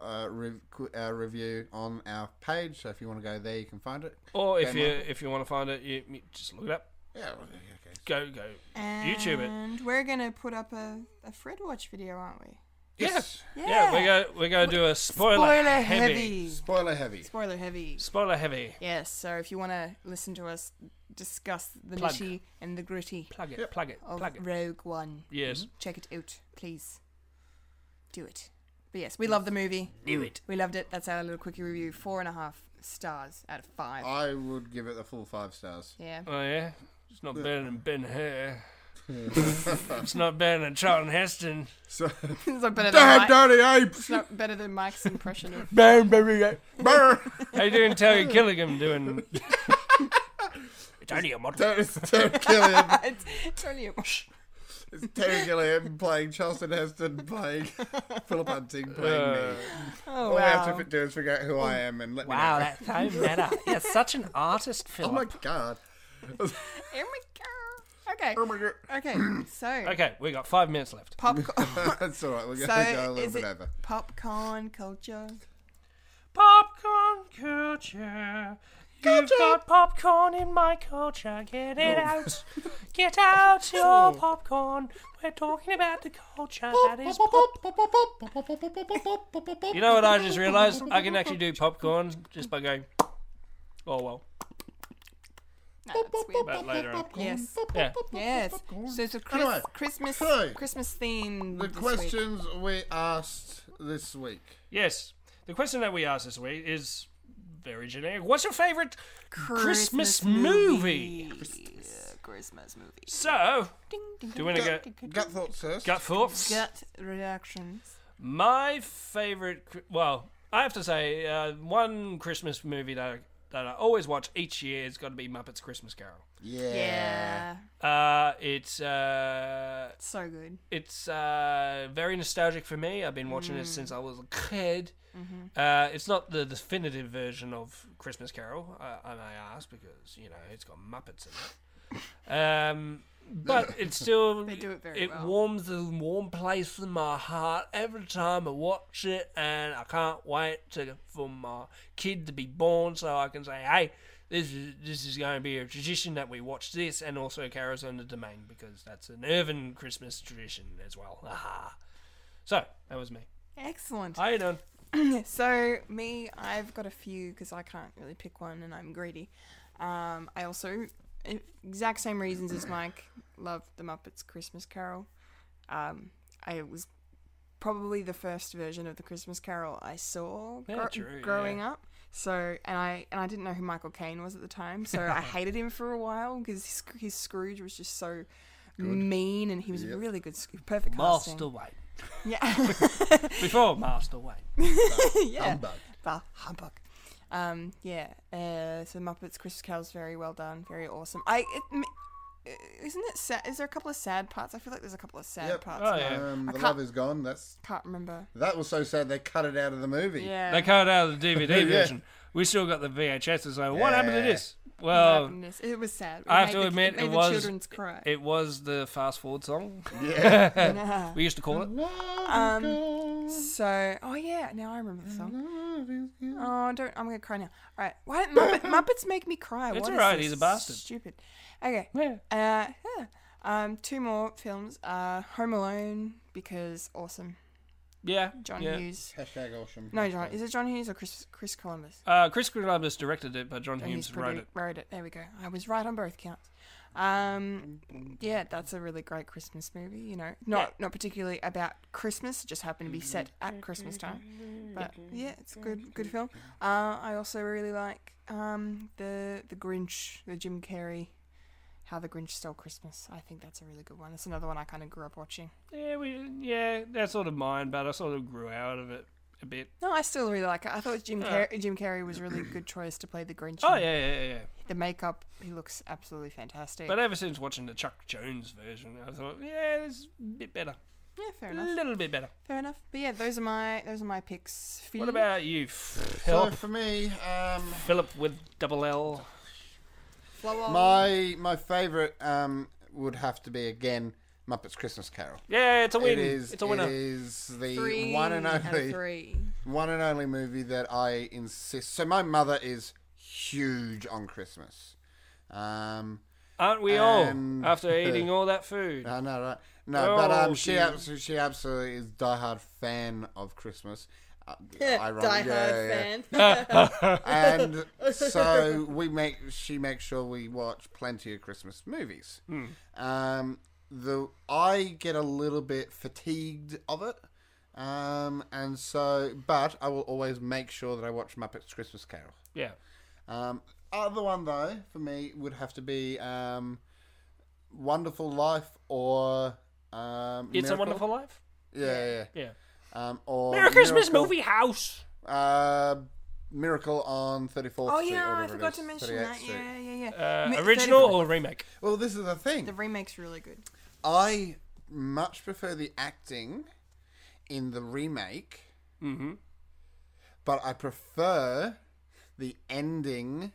Speaker 1: uh, rev- qu- uh, review on our page. So if you want to go there, you can find it.
Speaker 2: Or if
Speaker 1: Okay,
Speaker 2: you
Speaker 1: Michael.
Speaker 2: if you want to find it, you, you just look it up.
Speaker 1: Yeah. well, Okay.
Speaker 2: Go go.
Speaker 3: And
Speaker 2: YouTube it.
Speaker 3: we're gonna put up a, a Fred Watch video, aren't we?
Speaker 1: Yes.
Speaker 2: Yeah. we're gonna we're gonna do a spoiler, heavy.
Speaker 1: Spoiler heavy.
Speaker 3: Spoiler heavy.
Speaker 2: Spoiler heavy.
Speaker 3: Yes. So if you want to listen to us discuss the
Speaker 2: Plug.
Speaker 3: nitty and the gritty
Speaker 2: Plug it. Plug it.
Speaker 3: of
Speaker 2: Plug it.
Speaker 3: Rogue One, mm-hmm.
Speaker 2: Yes.
Speaker 3: check it out, please. Do it. But yes, we love the movie.
Speaker 2: Do it.
Speaker 3: We loved it. That's our little quickie review. Four and a half stars out of five.
Speaker 1: I would give it the full five stars.
Speaker 3: yeah.
Speaker 2: Oh yeah, it's not better than Ben Hur. it's not better than Charlton Heston.
Speaker 1: So,
Speaker 2: Oh.
Speaker 3: it's not better than
Speaker 1: damn
Speaker 3: Mike,
Speaker 1: dirty apes!
Speaker 3: it's not better than Mike's impression of
Speaker 2: Ben Barry.
Speaker 1: Burn!
Speaker 2: How you doing, Terry Gilligan? Doing? it's only a model.
Speaker 1: Terry Terry Gilliam.
Speaker 3: it's, it's only a
Speaker 1: It's Terry Gilliam playing Charleston Heston playing Philip Hunting playing
Speaker 2: Uh,
Speaker 1: me.
Speaker 3: Oh,
Speaker 1: All I have
Speaker 3: wow.
Speaker 1: to do is figure out who I am and let me know.
Speaker 2: that's so meta. You're such an artist, Phil.
Speaker 1: Oh my god.
Speaker 3: Here we go. Okay.
Speaker 1: Oh my god.
Speaker 3: Okay. So
Speaker 2: Er. Okay, we got five minutes left.
Speaker 3: popcorn.
Speaker 1: That's all right. We're
Speaker 3: so
Speaker 1: gonna go a little
Speaker 3: is
Speaker 1: bit
Speaker 3: it
Speaker 1: over.
Speaker 3: popcorn culture?
Speaker 2: Popcorn culture. You've got popcorn in my culture. Get it out. Get out your popcorn. We're talking about the culture that is You know what I just realised? I can actually do popcorn just by going. Oh well.
Speaker 3: No, that's weird.
Speaker 2: About later on.
Speaker 3: Yes.
Speaker 2: Yeah.
Speaker 3: Yes. So it's a Chris,
Speaker 1: Anyway,
Speaker 3: Christmas
Speaker 1: so,
Speaker 3: Christmas theme.
Speaker 1: The
Speaker 3: this week.
Speaker 1: questions we asked this week.
Speaker 2: Yes. The question that we asked this week is very generic. What's your favourite Christmas, movie?
Speaker 3: Christmas, Christmas movie.
Speaker 2: So,
Speaker 3: Ding, ding,
Speaker 2: do you want to go
Speaker 1: Gut thoughts first.
Speaker 2: gut thoughts?
Speaker 3: Gut reactions.
Speaker 2: My favourite. Chri- Well, I have to say, uh, one Christmas movie that that I always watch each year has got to be Muppets Christmas Carol.
Speaker 1: Yeah.
Speaker 3: Yeah.
Speaker 2: Uh, it's uh,
Speaker 3: So good.
Speaker 2: it's uh, very nostalgic for me. I've been watching it since I was a kid. Uh, it's not the definitive version of Christmas Carol, uh, I may ask, because you know it's got Muppets in it. Um, but it's still
Speaker 3: They do it very well.
Speaker 2: warms the warm place in my heart every time I watch it, and I can't wait to for my kid to be born so I can say, "Hey, this is this is going to be a tradition that we watch this," and also Carols on the Domain because that's an urban Christmas tradition as well. Aha! So that was me.
Speaker 3: Excellent.
Speaker 2: How you doing?
Speaker 3: so me, I've got a few because I can't really pick one, and I'm greedy. Um, I also, eh, exact same reasons as Mike, love the Muppets Christmas Carol. Um, I was probably the first version of the Christmas Carol I saw
Speaker 2: Yeah,
Speaker 3: gro-
Speaker 2: true,
Speaker 3: growing
Speaker 2: yeah.
Speaker 3: up. So and I and I didn't know who Michael Caine was at the time, so I hated him for a while because his, his Scrooge was just so mean, and he was
Speaker 1: Yep.
Speaker 3: really good, sc- perfect
Speaker 2: Master
Speaker 3: casting.
Speaker 2: Wayne.
Speaker 3: Yeah,
Speaker 2: Before Master Wayne.
Speaker 3: yeah.
Speaker 1: Humbug.
Speaker 3: Bah, humbug. Um, yeah. Uh, so Muppets Christmas Carol's very well done, very awesome. I it, m- uh, isn't it sad? Is there a couple of sad parts? I feel like there's a couple of sad
Speaker 1: Yep.
Speaker 3: parts.
Speaker 2: Oh,
Speaker 3: in
Speaker 2: yeah.
Speaker 3: it.
Speaker 1: Um,
Speaker 3: I
Speaker 1: the
Speaker 3: can't-
Speaker 1: love is gone. That's
Speaker 3: Can't remember.
Speaker 1: that was so sad they cut it out of the movie.
Speaker 3: Yeah.
Speaker 2: They cut out the DVD
Speaker 1: Yeah.
Speaker 2: version. We still got the VHS. So what happened to
Speaker 1: Yeah.
Speaker 2: this?
Speaker 3: What
Speaker 2: Well,
Speaker 3: happened to this? it was sad. It
Speaker 2: uh, I have to
Speaker 3: made the-
Speaker 2: admit,
Speaker 3: it, made
Speaker 2: it
Speaker 3: the
Speaker 2: was-
Speaker 3: children's cry.
Speaker 2: it was the fast forward song.
Speaker 1: Yeah.
Speaker 3: Yeah.
Speaker 2: We used to call it.
Speaker 1: Love is
Speaker 3: so, oh yeah, now I remember the
Speaker 1: Mm-hmm.
Speaker 3: song.
Speaker 1: gone. Love is gone.
Speaker 3: Oh, don't! I'm gonna cry now. All right, why don't Muppet, Muppets make me cry?
Speaker 2: It's
Speaker 3: What is
Speaker 2: alright,
Speaker 3: this?
Speaker 2: he's a bastard.
Speaker 3: Stupid. Okay.
Speaker 2: Yeah.
Speaker 3: Uh, yeah. Um, two more films. Uh, Home Alone because awesome.
Speaker 2: Yeah.
Speaker 3: John
Speaker 2: yeah.
Speaker 3: Hughes.
Speaker 1: Hashtag Ocean.
Speaker 3: No, John. Is it John Hughes or Chris Chris Columbus?
Speaker 2: Uh, Chris Columbus directed it, but John
Speaker 3: John
Speaker 2: Hughes
Speaker 3: produ-
Speaker 2: wrote it.
Speaker 3: Wrote it. There we go. I was right on both counts. Um, yeah, that's a really great Christmas movie. You know, not not particularly about Christmas. It just happened to be set at Christmas time. But yeah, it's a good good film. Uh, I also really like um the the Grinch, the Jim Carrey. How the Grinch Stole Christmas. I think that's a really good one. It's another one I kind of grew up watching.
Speaker 2: Yeah, we, yeah, that's sort of mine, but I sort of grew out of it a bit.
Speaker 3: No, I still really like it. I thought Jim
Speaker 2: Yeah.
Speaker 3: Carrey, Jim Carrey was really good choice to play the Grinch.
Speaker 2: Oh
Speaker 3: in.
Speaker 2: yeah, yeah, yeah, yeah.
Speaker 3: The makeup, he looks absolutely fantastic.
Speaker 2: But ever since watching the Chuck Jones version, I thought, yeah, it's a bit better,
Speaker 3: yeah, fair
Speaker 2: a
Speaker 3: enough.
Speaker 2: little bit better.
Speaker 3: Fair enough. But yeah, those are my those are my picks.
Speaker 2: What
Speaker 3: Phil?
Speaker 2: about you,
Speaker 1: So
Speaker 2: Philip?
Speaker 1: for me, um,
Speaker 2: Philip with double L.
Speaker 1: my my favorite um, would have to be again Muppets Christmas Carol.
Speaker 2: Yeah, it's a win.
Speaker 1: It is.
Speaker 2: it's a winner.
Speaker 1: It is the
Speaker 3: three
Speaker 1: one and
Speaker 3: out of
Speaker 1: only
Speaker 3: three?
Speaker 1: one and only movie that I insist. So my mother is huge on Christmas. Um,
Speaker 2: Aren't we all?
Speaker 1: And- Uh,
Speaker 2: After eating all that food.
Speaker 1: I know, right? No, but
Speaker 2: Oh,
Speaker 1: um, she
Speaker 2: dear.
Speaker 1: absolutely, she absolutely is diehard fan of Christmas. Uh, ironic-
Speaker 3: Die
Speaker 1: yeah, yeah.
Speaker 3: Hard
Speaker 1: and so we make she makes sure we watch plenty of Christmas movies. Um, the I get a little bit fatigued of it, um, and so but I will always make sure that I watch Muppets Christmas Carol.
Speaker 2: Yeah.
Speaker 1: Um, other one though for me would have to be um, Wonderful Life or um,
Speaker 2: It's
Speaker 1: Miracle.
Speaker 2: a Wonderful Life.
Speaker 1: yeah yeah, yeah.
Speaker 2: Yeah.
Speaker 1: Um, or
Speaker 2: Merry Christmas
Speaker 1: Miracle-
Speaker 2: movie house.
Speaker 1: uh, Miracle on 34th
Speaker 3: Oh
Speaker 1: Street. or
Speaker 3: yeah, I
Speaker 1: whatever it
Speaker 3: forgot
Speaker 1: is,
Speaker 3: to mention
Speaker 1: 38th
Speaker 3: that.
Speaker 1: Street.
Speaker 3: Yeah, yeah, yeah.
Speaker 2: Uh,
Speaker 3: Mi-
Speaker 2: original or
Speaker 3: 35.
Speaker 2: remake?
Speaker 1: Well, this is the
Speaker 2: Uh,
Speaker 1: thing.
Speaker 3: the remake's really good.
Speaker 1: I much prefer the acting in the remake,
Speaker 2: Mm-hmm.
Speaker 1: but I prefer the ending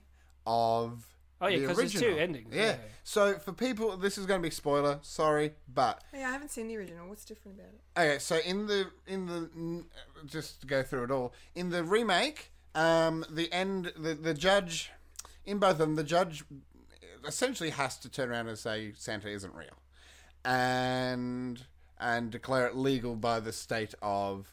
Speaker 1: of.
Speaker 2: Oh, yeah,
Speaker 1: the
Speaker 2: 'cause there's two
Speaker 1: original.
Speaker 2: endings,
Speaker 1: Yeah.
Speaker 2: yeah.
Speaker 1: So for people, this is going to be spoiler. Sorry, but
Speaker 3: Oh, Yeah, I haven't seen the original. What's different about it?
Speaker 1: Okay, so in the in the just to go through it all in the remake, um, the end the the judge in both of them the judge essentially has to turn around and say Santa isn't real, and and declare it legal by the state of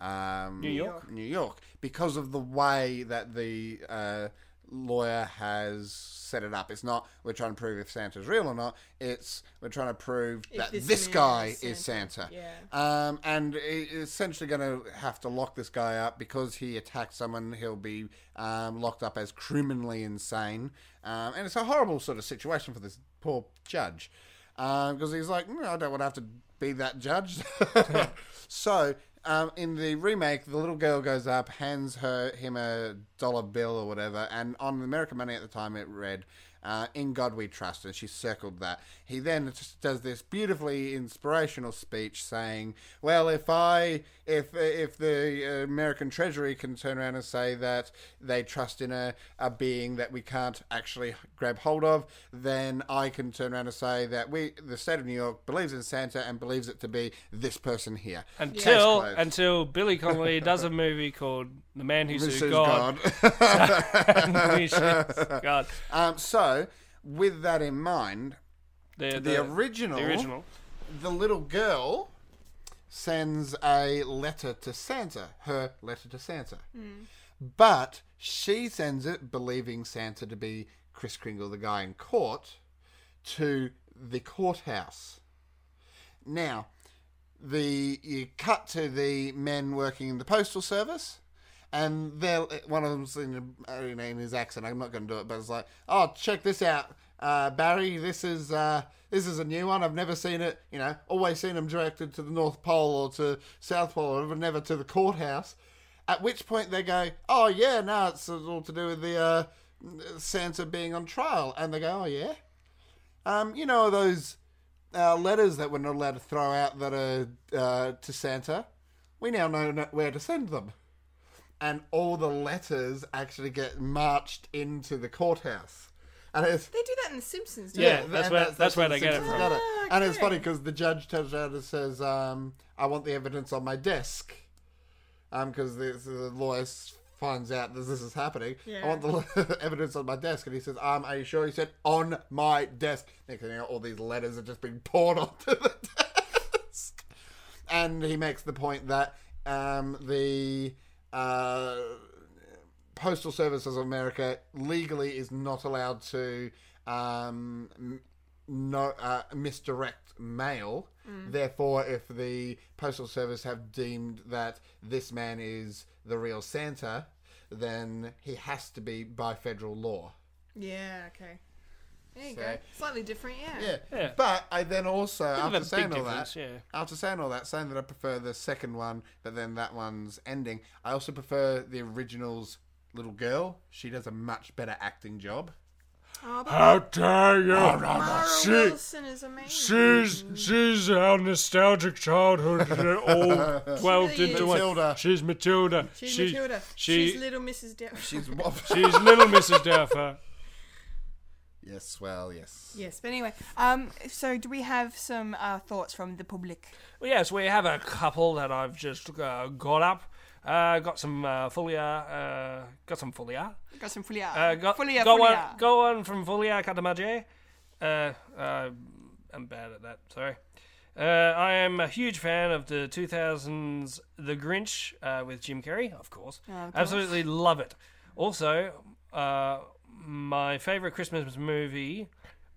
Speaker 1: um,
Speaker 2: New York?
Speaker 1: New York, because of the way that the uh, lawyer has set it up. It's not we're trying to prove if Santa's real or not. It's we're trying to prove that
Speaker 3: this
Speaker 1: this,
Speaker 3: man
Speaker 1: guy
Speaker 3: is
Speaker 1: is Santa.
Speaker 3: Yeah.
Speaker 1: Um, and he- he's essentially going to have to lock this guy up because he attacked someone. He'll be um, locked up as criminally insane, um, and it's a horrible sort of situation for this poor judge because he's like, "Mm, I don't want to have to be that judge. so um, in the remake, the little girl goes up, hands her him a dollar bill or whatever. And on American money at the time, it read, uh, "In God We Trust," and she circled that. He then just does this beautifully inspirational speech saying, "Well, if I, if if the American Treasury can turn around and say that they trust in a, a being that we can't actually grab hold of, then I can turn around and say that we, the state of New York, believes in Santa and believes it to be this person here."
Speaker 2: Until
Speaker 1: Case closed.
Speaker 2: until Billy Connolly does a movie called The Man Who
Speaker 1: This
Speaker 2: Sued
Speaker 1: is
Speaker 2: God. God. Which is God.
Speaker 1: um, so, with that in mind,
Speaker 2: The, the,
Speaker 1: the, original,
Speaker 2: the original.
Speaker 1: the little girl sends a letter to Santa, her letter to Santa. But she sends it believing Santa to be Chris Kringle, the guy in court, to the courthouse. Now, the you cut to the men working in the postal service, and they're one of them's in, uh, in his accent. I'm not going to do it, but it's like, oh, check this out, uh, Barry. This is uh, this is a new one. I've never seen it. You know, always seen them directed to the North Pole or to South Pole, or never to the courthouse. At which point they go, oh yeah, no, it's all to do with the uh, Santa being on trial, and they go, oh yeah. Um, you know those uh, letters that we're not allowed to throw out that are uh, to Santa. We now know no- where to send them, and all the letters actually get marched into the courthouse. And it's
Speaker 3: They do that in The Simpsons. Don't
Speaker 2: Yeah,
Speaker 3: They?
Speaker 2: that's
Speaker 1: and
Speaker 2: where- that's where
Speaker 1: where
Speaker 2: they get it
Speaker 1: Simpsons
Speaker 2: from.
Speaker 1: got
Speaker 3: Ah,
Speaker 1: And it's
Speaker 3: okay.
Speaker 1: funny because the judge turns around and says, um, "I want the evidence on my desk," because Um, the, the lawyer s- finds out that this is happening. I
Speaker 3: Yeah.
Speaker 1: want the evidence on my desk, and he says, "Um, are you sure?" He said, "On my desk." Next thing you know, all these letters have just been poured onto the desk and he makes the point that um, the uh, postal services of America legally is not allowed to um, m- no uh, misdirect mail.
Speaker 2: Mm.
Speaker 1: Therefore, if the postal service have deemed that this man is the real Santa, then he has to be by federal law.
Speaker 3: Yeah. Okay. There you
Speaker 1: So-
Speaker 3: go. Slightly different. Yeah.
Speaker 1: Yeah.
Speaker 2: Yeah.
Speaker 1: But I then also
Speaker 2: of
Speaker 1: after
Speaker 2: a big
Speaker 1: saying all
Speaker 2: difference,
Speaker 1: that,
Speaker 2: yeah.
Speaker 1: after saying all that, saying that I prefer the second one, but then that one's ending. I also prefer the original's little girl. She does a much better acting job.
Speaker 3: Oh, but
Speaker 2: How dare you!
Speaker 3: Mara Wilson is amazing.
Speaker 2: She's she's our nostalgic childhood all dwelled
Speaker 3: She
Speaker 2: into
Speaker 1: Matilda.
Speaker 2: one. She's Matilda.
Speaker 3: She's Matilda.
Speaker 2: she-
Speaker 3: She's little Mrs. Doubtfire.
Speaker 1: She's what?
Speaker 2: She's little Mrs. Doubtfire.
Speaker 1: yes, well, yes.
Speaker 3: Yes, but anyway, um, so do we have some uh, thoughts from the public?
Speaker 2: Well, yes, we have a couple that I've just uh, got up. Uh, got some uh, folia. Uh, got some folia.
Speaker 3: Got some folia.
Speaker 2: Uh, got
Speaker 3: folia,
Speaker 2: got
Speaker 3: folia.
Speaker 2: one. Got one from folia Katamaje. Uh, uh, I'm bad at that. Sorry. Uh, I am a huge fan of the 2000s The Grinch uh, with Jim Carrey, of course.
Speaker 3: course.
Speaker 2: Absolutely love it. Also, uh, my favorite Christmas movie,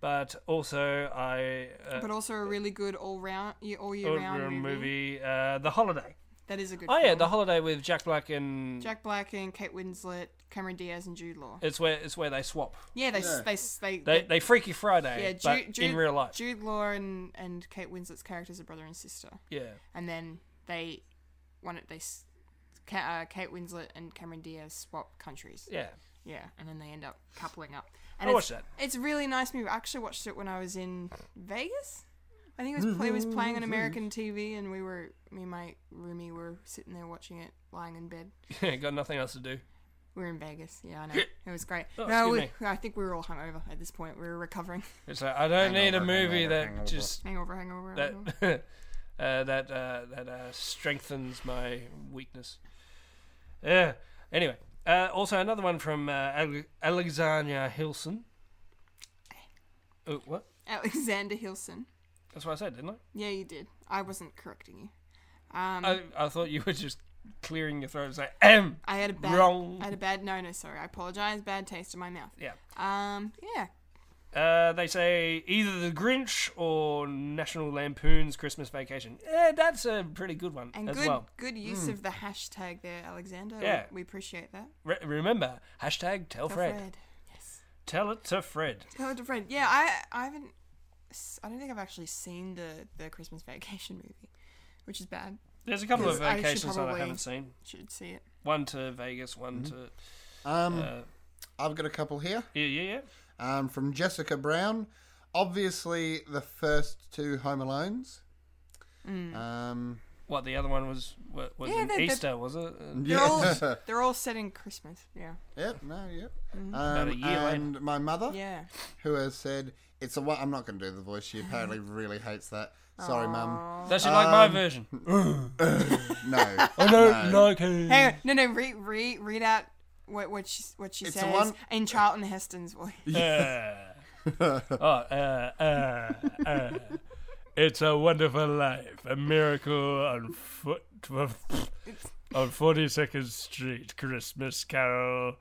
Speaker 2: but also I uh,
Speaker 3: but also a really good all round, year, all year round
Speaker 2: movie,
Speaker 3: movie.
Speaker 2: uh, The Holiday.
Speaker 3: That is a good.
Speaker 2: Oh yeah,
Speaker 3: film.
Speaker 2: the holiday with Jack Black and
Speaker 3: Jack Black and Kate Winslet, Cameron Diaz and Jude Law.
Speaker 2: it's where it's where they swap.
Speaker 3: Yeah, they s
Speaker 1: Yeah.
Speaker 3: they s- they,
Speaker 2: They
Speaker 3: they
Speaker 2: they Freaky Friday,
Speaker 3: yeah
Speaker 2: but
Speaker 3: Jude,
Speaker 2: in real life.
Speaker 3: Jude Law and and Kate Winslet's characters are brother and sister,
Speaker 2: yeah,
Speaker 3: and then they one of- they s- Ka- uh, Kate Winslet and Cameron Diaz swap countries.
Speaker 2: yeah.
Speaker 3: Yeah, and then they end up coupling up.
Speaker 2: I
Speaker 3: And it's,
Speaker 2: watched that.
Speaker 3: It's a really nice movie. I actually watched it when I was in Vegas. I think it was, play, it was playing on American TV, and we were me and my roomie were sitting there watching it, lying in bed.
Speaker 2: Got nothing else to do.
Speaker 3: We were in Vegas. Yeah, I know. It was great.
Speaker 2: Oh,
Speaker 3: no, we,
Speaker 2: excuse
Speaker 3: I think we were all hungover at this point. We were recovering.
Speaker 2: It's like I don't need a
Speaker 1: Hangover,
Speaker 2: movie
Speaker 1: hangover,
Speaker 2: that
Speaker 1: hangover.
Speaker 2: just
Speaker 3: Hangover, hangover.
Speaker 2: that
Speaker 3: hangover.
Speaker 2: uh, that uh, that uh, strengthens my weakness. Yeah. Anyway, uh, also another one from uh, Ale- Alexandra Hilson. Oh, what?
Speaker 3: Alexander Hilson.
Speaker 2: That's what I said, didn't I?
Speaker 3: Yeah, you did. I wasn't correcting you. Um, I,
Speaker 2: I, I thought you were just clearing your throat and saying, "Ahem."
Speaker 3: had a bad.
Speaker 2: wrong.
Speaker 3: I had a bad. No, no, sorry. I apologize. Bad taste in my mouth.
Speaker 2: Yeah.
Speaker 3: Um. Yeah.
Speaker 2: Uh, they say either The Grinch or National Lampoon's Christmas Vacation. Eh, that's a pretty good one
Speaker 3: And
Speaker 2: as
Speaker 3: good
Speaker 2: well. Hmm.
Speaker 3: good use of the hashtag there, Alexander. We-
Speaker 2: Yeah.
Speaker 3: We, appreciate that.
Speaker 2: Re- remember, hashtag tell
Speaker 3: Tell
Speaker 2: Fred.
Speaker 3: Yes.
Speaker 2: Tell it to Fred.
Speaker 3: Tell it to Fred. Yeah, I I haven't s- I don't think I've actually seen the the Christmas vacation movie, which is bad.
Speaker 2: There's a couple of
Speaker 3: Yes, I should
Speaker 2: vacations that I
Speaker 3: probably-
Speaker 2: haven't seen.
Speaker 3: Should see it.
Speaker 2: One to Vegas, one to
Speaker 1: Um,
Speaker 2: Uh,
Speaker 1: I've got a couple here.
Speaker 2: yeah, yeah, yeah.
Speaker 1: Um, from Jessica Brown. Obviously, the first two Home Alones.
Speaker 3: Uh,
Speaker 1: Um,
Speaker 2: What the other one was? wa- Was
Speaker 3: Yeah,
Speaker 2: an
Speaker 3: they- Mm, they-
Speaker 2: Easter? was it? Uh,
Speaker 3: They're all
Speaker 1: yeah.
Speaker 3: they're all set in Christmas. Yeah.
Speaker 1: yep, no, yep.
Speaker 2: About
Speaker 1: Um,
Speaker 2: a year later.
Speaker 1: and my mother,
Speaker 3: Mm-hmm. Yeah.
Speaker 1: who has said, it's a one. I'm not going to do the voice. She apparently really hates that. Sorry, mum.
Speaker 2: Does she like my
Speaker 1: Um,
Speaker 2: version?
Speaker 1: No.
Speaker 2: I don't like her.
Speaker 3: Hey, no, no. Re, re, read out what what she what she
Speaker 1: It's the
Speaker 3: says
Speaker 1: one-
Speaker 3: in Charlton Heston's voice.
Speaker 2: Uh, oh, uh, uh, uh. It's a wonderful life, a miracle on foot on Forty Second Street, Christmas Carol.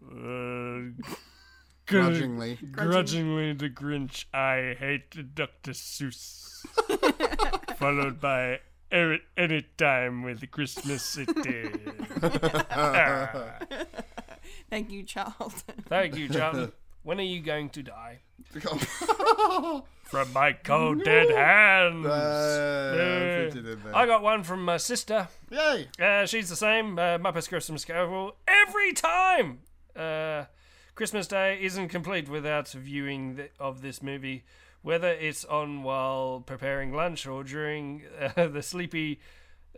Speaker 2: Uh, gr-
Speaker 1: Grudgingly.
Speaker 2: grudgingly, the Grinch. I hate Dr. Seuss. followed by "Er- any time with Christmas City.
Speaker 3: Thank you, Charlton.
Speaker 2: Thank you, Charlton. When are you going to die?
Speaker 1: uh,
Speaker 2: From my cold dead hands.
Speaker 1: I think you Uh, did that.
Speaker 2: I got one from my sister.
Speaker 1: Yay!
Speaker 2: Uh, she's the same. Uh, Muppets Christmas Carol every time. Uh, Christmas Day isn't complete without viewing the, of this movie, whether it's on while preparing lunch or during uh, the sleepy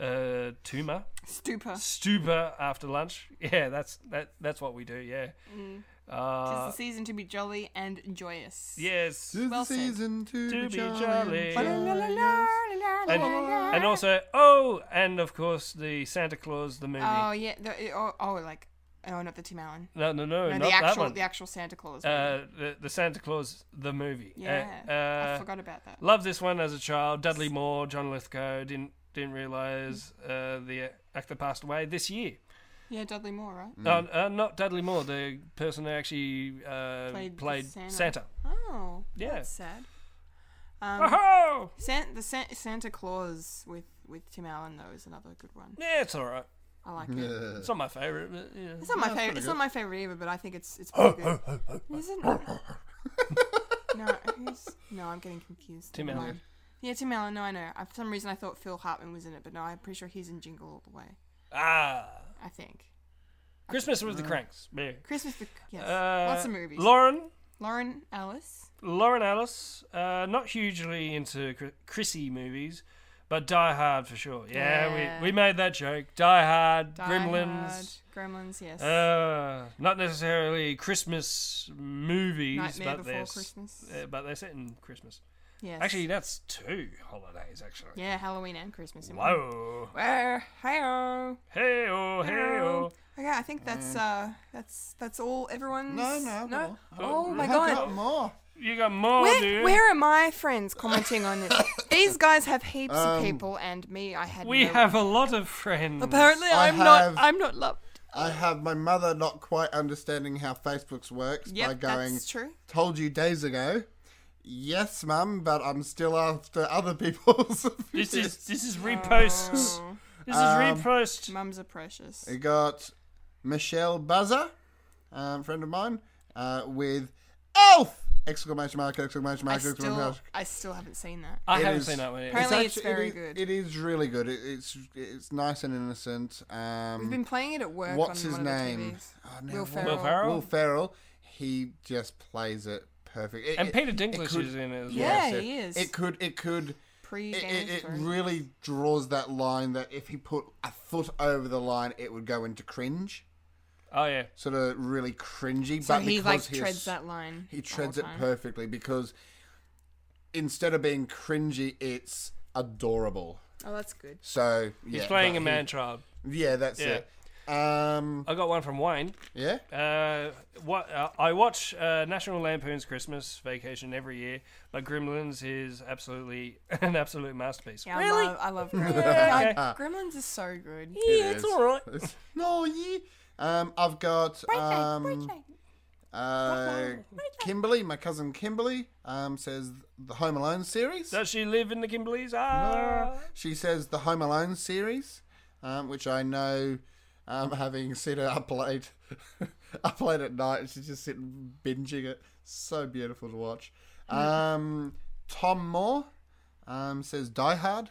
Speaker 2: uh, tumor
Speaker 1: Uh,
Speaker 3: Stupor.
Speaker 2: stupor after lunch. Yeah, that's that. That's what we do. Yeah.
Speaker 3: Tis the
Speaker 2: Uh,
Speaker 3: season to be jolly and joyous.
Speaker 2: yes.
Speaker 1: To
Speaker 3: Well
Speaker 1: the
Speaker 3: said.
Speaker 1: season to,
Speaker 2: To
Speaker 1: be
Speaker 2: be jolly.
Speaker 1: jolly.
Speaker 3: La, la, la, la, la, la,
Speaker 2: And,
Speaker 3: la,
Speaker 2: and
Speaker 3: la.
Speaker 2: also, oh, and of course, the Santa Claus, the movie.
Speaker 3: Oh yeah. The, oh, oh, like oh, not the Tim Allen.
Speaker 2: no, no, no,
Speaker 3: No,
Speaker 2: Oh, not
Speaker 3: the
Speaker 2: that
Speaker 3: actual
Speaker 2: one.
Speaker 3: the actual Santa Claus. movie.
Speaker 2: uh, the, the Santa Claus, the movie. Uh,
Speaker 3: yeah. I
Speaker 2: uh,
Speaker 3: forgot about that.
Speaker 2: Love this one as a child. Dudley Moore, John Lithgow. Didn't didn't realize
Speaker 3: Mm-hmm.
Speaker 2: uh, the actor passed away this year.
Speaker 3: Yeah, Dudley Moore, right?
Speaker 1: Mm.
Speaker 2: Uh, uh, not Dudley Moore, the person who actually uh,
Speaker 3: Played
Speaker 2: played,
Speaker 3: the Santa.
Speaker 2: Santa.
Speaker 3: Oh,
Speaker 2: Yeah.
Speaker 3: that's sad. Um,
Speaker 2: Oh,
Speaker 3: San- the San- Santa Claus with with Tim Allen though is another good one.
Speaker 2: yeah, it's all right.
Speaker 3: I like it.
Speaker 2: It's not my favorite, but yeah.
Speaker 3: It's not my favorite. It's not my favorite either, but I think it's it's pretty good. Isn't? no, who's? No, I'm getting confused.
Speaker 2: Tim
Speaker 3: Never
Speaker 2: Allen.
Speaker 3: mind. Yeah, Tim Allen. No, I know. I, for some reason, I thought Phil Hartman was in it, but no, I'm pretty sure he's in Jingle All the Way.
Speaker 2: Ah,
Speaker 3: I think
Speaker 2: Christmas with the Cranks. Yeah.
Speaker 3: Christmas. The, yes,
Speaker 2: Uh,
Speaker 3: lots of movies.
Speaker 2: Lauren,
Speaker 3: Lauren Alice.
Speaker 2: Lauren Alice, uh, not hugely into Chr- Chrissy movies, but Die Hard for sure. Yeah,
Speaker 3: Yeah.
Speaker 2: We, we made that joke. Die Hard,
Speaker 3: Die
Speaker 2: Gremlins.
Speaker 3: Hard, Gremlins. Yes.
Speaker 2: Uh, not necessarily Christmas movies,
Speaker 3: Nightmare
Speaker 2: but
Speaker 3: Before
Speaker 2: they're, s-
Speaker 3: Christmas.
Speaker 2: uh, but they're set in Christmas.
Speaker 3: yes.
Speaker 2: Actually, that's two holidays. Actually,
Speaker 3: Yeah, Halloween and Christmas. in one.
Speaker 2: whoa,
Speaker 3: Well, hi-oh.
Speaker 2: hey oh, hey oh.
Speaker 3: Okay, I think
Speaker 2: Mm.
Speaker 3: that's uh, that's that's all. Everyone's
Speaker 1: No, no,
Speaker 3: no.
Speaker 1: no.
Speaker 3: Oh my
Speaker 1: I've got
Speaker 3: god.
Speaker 1: more.
Speaker 2: You got more,
Speaker 3: Where,
Speaker 2: Mm-hmm. Oh, dude.
Speaker 3: where are my friends commenting on this? These guys have heaps
Speaker 1: Um,
Speaker 3: of people, and me, I had.
Speaker 2: we
Speaker 3: no-
Speaker 2: have a lot of friends.
Speaker 3: Apparently,
Speaker 1: I
Speaker 3: I'm not.
Speaker 1: have-
Speaker 3: I'm not loved.
Speaker 1: I have my mother not quite understanding how Facebook's works by
Speaker 3: Yep,
Speaker 1: going,
Speaker 3: that's true.
Speaker 1: told you days ago. Yes, mum, but I'm still after other people's.
Speaker 2: This is this
Speaker 3: Oh.
Speaker 2: is reposts.
Speaker 1: Um,
Speaker 2: This is repost.
Speaker 3: Mums are precious.
Speaker 1: We got Michelle Buzzer, um, friend of mine, uh, with Elf! Exclamation mark, exclamation
Speaker 3: I
Speaker 1: mark, exclamation
Speaker 3: still,
Speaker 1: mark.
Speaker 3: I still haven't seen that.
Speaker 2: I
Speaker 1: It
Speaker 2: haven't
Speaker 1: is-
Speaker 2: seen that one. Yet.
Speaker 3: Apparently- it's
Speaker 1: actu- it
Speaker 3: very
Speaker 1: is-
Speaker 3: good.
Speaker 1: It is really good. It, it's it's nice and innocent. Um,
Speaker 3: We've been playing it at work.
Speaker 1: what's
Speaker 3: on
Speaker 1: his
Speaker 3: one of the
Speaker 1: name?
Speaker 3: TVs.
Speaker 1: Oh, no,
Speaker 3: Will
Speaker 1: what-
Speaker 3: Ferrell.
Speaker 2: Will Ferrell?
Speaker 1: Will Ferrell. He just plays it perfect. It-
Speaker 2: And
Speaker 1: it-
Speaker 2: Peter
Speaker 1: it
Speaker 2: Dinklage
Speaker 1: could-
Speaker 2: is in it. As
Speaker 3: Yeah,
Speaker 2: well.
Speaker 1: it-
Speaker 3: he is.
Speaker 1: It could. It could.
Speaker 3: Pre
Speaker 1: It,
Speaker 3: Game
Speaker 1: it,
Speaker 3: of
Speaker 1: it
Speaker 3: Thrones.
Speaker 1: really draws that line that if he put a foot over the line, it would go into cringe,
Speaker 2: Oh yeah.
Speaker 1: sort of really cringy.
Speaker 3: so
Speaker 1: but
Speaker 3: he
Speaker 1: because
Speaker 3: like
Speaker 1: he is-
Speaker 3: treads that line.
Speaker 1: he
Speaker 3: the whole
Speaker 1: treads it
Speaker 3: time.
Speaker 1: perfectly because instead of being cringy, it's adorable.
Speaker 3: Oh, that's good.
Speaker 1: So yeah,
Speaker 2: He's playing
Speaker 1: but
Speaker 2: a
Speaker 1: he-
Speaker 2: man child.
Speaker 1: Yeah, that's
Speaker 2: Yeah.
Speaker 1: it. Um,
Speaker 2: I got one from Wayne.
Speaker 1: yeah.
Speaker 2: Uh, what uh, I watch uh, National Lampoon's Christmas Vacation every year, but Gremlins is absolutely an absolute masterpiece.
Speaker 3: Yeah,
Speaker 2: really?
Speaker 3: I love, I love Gremlins.
Speaker 2: Yeah,
Speaker 3: God, Gremlins is so good.
Speaker 2: yeah,
Speaker 1: It
Speaker 2: it's
Speaker 1: is.
Speaker 2: all right.
Speaker 1: It's- no, yeah. Um, I've got um, uh, Kimberly, my cousin Kimberly, um, says the Home Alone series.
Speaker 2: Does she live in the Kimberleys? Ah,
Speaker 1: She says the Home Alone series, um, which I know, um, having seen her up late, up late at night, she's just sitting binging it. So beautiful to watch.
Speaker 2: Mm.
Speaker 1: Um, Tom Moore um, says Die Hard.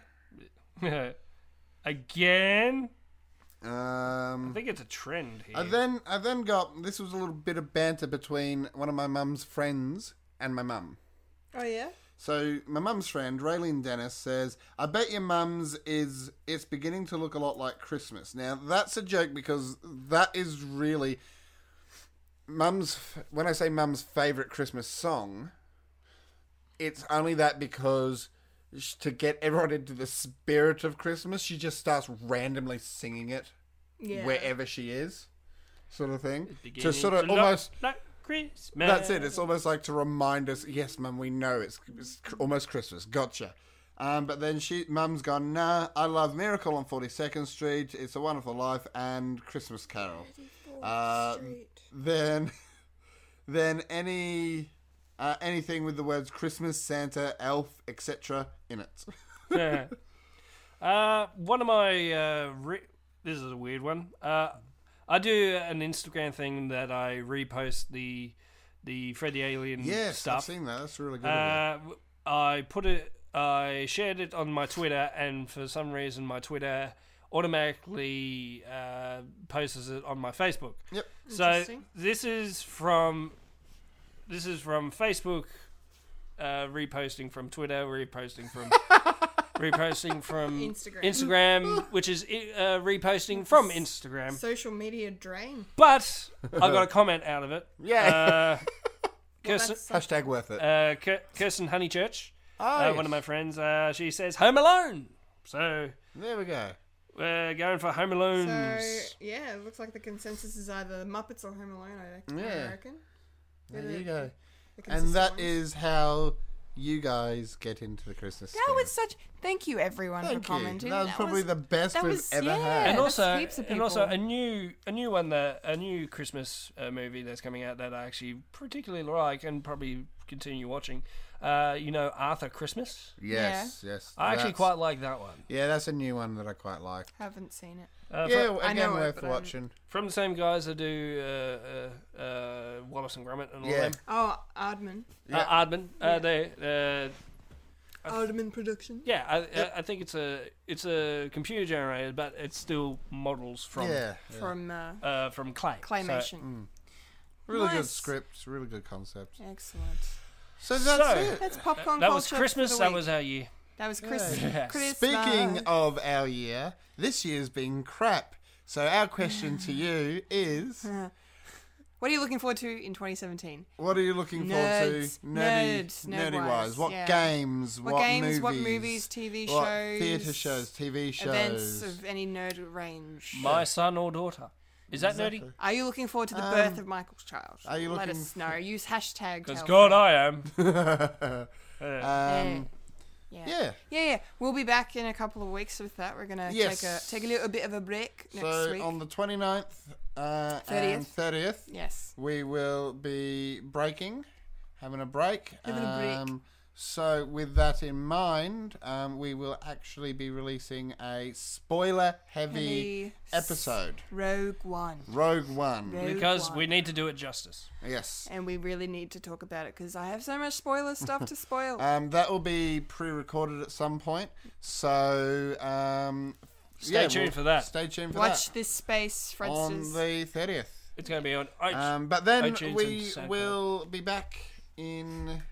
Speaker 2: again.
Speaker 1: Um,
Speaker 2: I think it's a trend here.
Speaker 1: I then I then got this was a little bit of banter between one of my mum's friends and my mum.
Speaker 4: Oh yeah.
Speaker 1: So my mum's friend Raylene Dennis says, "I bet your mum's is it's beginning to look a lot like Christmas." Now that's a joke because that is really mum's. When I say mum's favorite Christmas song, it's only that because sh- to get everyone into the spirit of Christmas, she just starts randomly singing it
Speaker 4: Yeah.
Speaker 1: wherever she is, sort of thing. To
Speaker 2: Beginning
Speaker 1: sort of
Speaker 2: look
Speaker 1: almost
Speaker 2: like Christmas.
Speaker 1: that's it. It's almost like to remind us, yes, mum, we know it's, it's cr- almost Christmas. Gotcha. Um, but then she, mum's gone, nah, I love Miracle on 42nd Street, It's a Wonderful Life, and Christmas Carol. Uh, Then, then any, uh, anything with the words Christmas, Santa, Elf, etc. in it.
Speaker 2: Mm, Yeah. uh, one of my uh, re- this is a weird one. Uh, I do an Instagram thing that I repost the the Freddy Alien
Speaker 1: Yes, I've
Speaker 2: stuff.
Speaker 1: seen that. That's really good. of
Speaker 2: Uh, w- I put it. I shared it on my Twitter, and for some reason, my Twitter automatically uh, posts it on my Facebook.
Speaker 1: you. Yep.
Speaker 2: So
Speaker 3: Interesting.
Speaker 2: this is from this is from Facebook uh, reposting from Twitter, reposting from reposting from
Speaker 4: Instagram.
Speaker 2: Instagram, which is uh, reposting from Instagram.
Speaker 4: Social media drain.
Speaker 2: But I got a comment out of it.
Speaker 1: Yeah.
Speaker 2: Uh, Kirsten,
Speaker 4: That's such-
Speaker 1: Hashtag worth it.
Speaker 2: uh, Kir- Kirsten Honeychurch,
Speaker 1: Ah,
Speaker 2: uh,
Speaker 1: yes.
Speaker 2: one of my friends, uh, she says Home Alone. So
Speaker 1: There we go.
Speaker 2: we're going for Home
Speaker 4: so
Speaker 2: Alones.
Speaker 4: yeah, it looks like the consensus is either Muppets or Home Alone. I reckon.
Speaker 1: Yeah.
Speaker 4: I reckon.
Speaker 1: There
Speaker 4: They're the-
Speaker 1: you go.
Speaker 4: the
Speaker 1: And
Speaker 4: consistent
Speaker 1: that
Speaker 4: ones.
Speaker 1: is how you guys get into the Christmas
Speaker 3: That
Speaker 1: spirit.
Speaker 3: was such. Thank you, everyone,
Speaker 1: Thank
Speaker 3: for
Speaker 1: you.
Speaker 3: commenting.
Speaker 1: That was probably the best
Speaker 3: that
Speaker 1: we've
Speaker 3: was-
Speaker 1: ever
Speaker 3: yeah.
Speaker 1: had.
Speaker 2: and
Speaker 3: that's
Speaker 2: also
Speaker 3: heaps of
Speaker 2: and also
Speaker 3: people.
Speaker 2: a new a new one that a new Christmas uh, movie that's coming out that I actually particularly like and probably continue watching. Uh, you know Arthur Christmas.
Speaker 1: Yes, yes.
Speaker 2: I actually
Speaker 1: that's-
Speaker 2: quite like that one.
Speaker 1: Yeah, that's a new one that I quite like.
Speaker 3: Haven't seen it.
Speaker 2: Uh,
Speaker 1: yeah,
Speaker 2: from,
Speaker 1: well,
Speaker 3: I
Speaker 1: again,
Speaker 3: know it,
Speaker 1: worth
Speaker 3: but I haven't-
Speaker 1: watching.
Speaker 2: from the same guys that do uh, uh, uh, Wallace and Gromit and all
Speaker 1: Yeah.
Speaker 2: them.
Speaker 4: Oh, Aardman.
Speaker 1: Yeah.
Speaker 2: Uh, Aardman. Uh, they. Uh,
Speaker 4: Aardman Productions.
Speaker 2: yeah, I, I, I think it's a it's a computer generated, but it's still models from
Speaker 1: yeah, mm. yeah.
Speaker 3: From uh,
Speaker 2: uh, from clay. So-
Speaker 3: Claymation.
Speaker 1: really good
Speaker 3: Nice.
Speaker 1: scripts, really good concept.
Speaker 3: Excellent.
Speaker 1: So
Speaker 2: So-
Speaker 1: that's it.
Speaker 3: That's popcorn
Speaker 2: that
Speaker 3: culture.
Speaker 2: was
Speaker 3: for
Speaker 2: Christmas.
Speaker 3: the
Speaker 2: That
Speaker 3: week.
Speaker 2: was our year.
Speaker 3: That was Christmas.
Speaker 2: Yeah.
Speaker 3: Christmas.
Speaker 1: Speaking of our year, this year's been crap. So our question to you
Speaker 3: Hmm.
Speaker 1: is,
Speaker 3: What are you looking forward to in 2017?
Speaker 1: what are you looking
Speaker 3: Nerds,
Speaker 1: forward to, nerdy,
Speaker 3: nerds,
Speaker 1: nerdy
Speaker 3: nerd-wise,
Speaker 1: wise? What
Speaker 3: yeah.
Speaker 1: games? What,
Speaker 3: What, games?
Speaker 1: Movies,
Speaker 3: What movies? TV
Speaker 1: what
Speaker 3: shows?
Speaker 1: theatre shows? TV shows?
Speaker 3: Events of any nerd range.
Speaker 2: My son or daughter. Is that nerdy?
Speaker 3: Are you looking forward to the birth of Michael's child?
Speaker 1: Um, are you
Speaker 3: Let
Speaker 1: looking
Speaker 3: us know. Use hashtag.
Speaker 2: Because
Speaker 3: tell
Speaker 2: God,
Speaker 3: friends.
Speaker 2: I am.
Speaker 1: um,
Speaker 3: yeah. yeah.
Speaker 1: yeah.
Speaker 3: Yeah, yeah. We'll be back in a couple of weeks with that. We're gonna take a
Speaker 1: Yes.
Speaker 3: take a little bit of a break next
Speaker 1: So
Speaker 3: week.
Speaker 1: on the 29th uh,
Speaker 3: 30th.
Speaker 1: and 30th,
Speaker 3: yes.
Speaker 1: we will be breaking, having a break. Um,
Speaker 3: Having a break.
Speaker 1: So, with that in mind, um, we will actually be releasing a spoiler heavy
Speaker 3: Heavy s-
Speaker 1: episode
Speaker 3: Rogue One.
Speaker 1: Rogue One.
Speaker 3: Rogue
Speaker 2: Because
Speaker 3: One.
Speaker 2: we need to do it justice.
Speaker 1: Yes.
Speaker 3: and we really need to talk about it because I have so much spoiler stuff to spoil.
Speaker 1: Um, that will be pre recorded at some point. So, um,
Speaker 2: Stay
Speaker 1: yeah,
Speaker 2: tuned
Speaker 1: we'll-
Speaker 2: for that.
Speaker 1: Stay tuned for
Speaker 3: Watch
Speaker 1: that.
Speaker 3: this space,
Speaker 1: On
Speaker 3: Fredsters.
Speaker 1: the 30th.
Speaker 2: It's going to be on. uh, I,
Speaker 1: Um, but then
Speaker 2: iTunes
Speaker 1: we
Speaker 2: and SoundCloud.
Speaker 1: will be back in.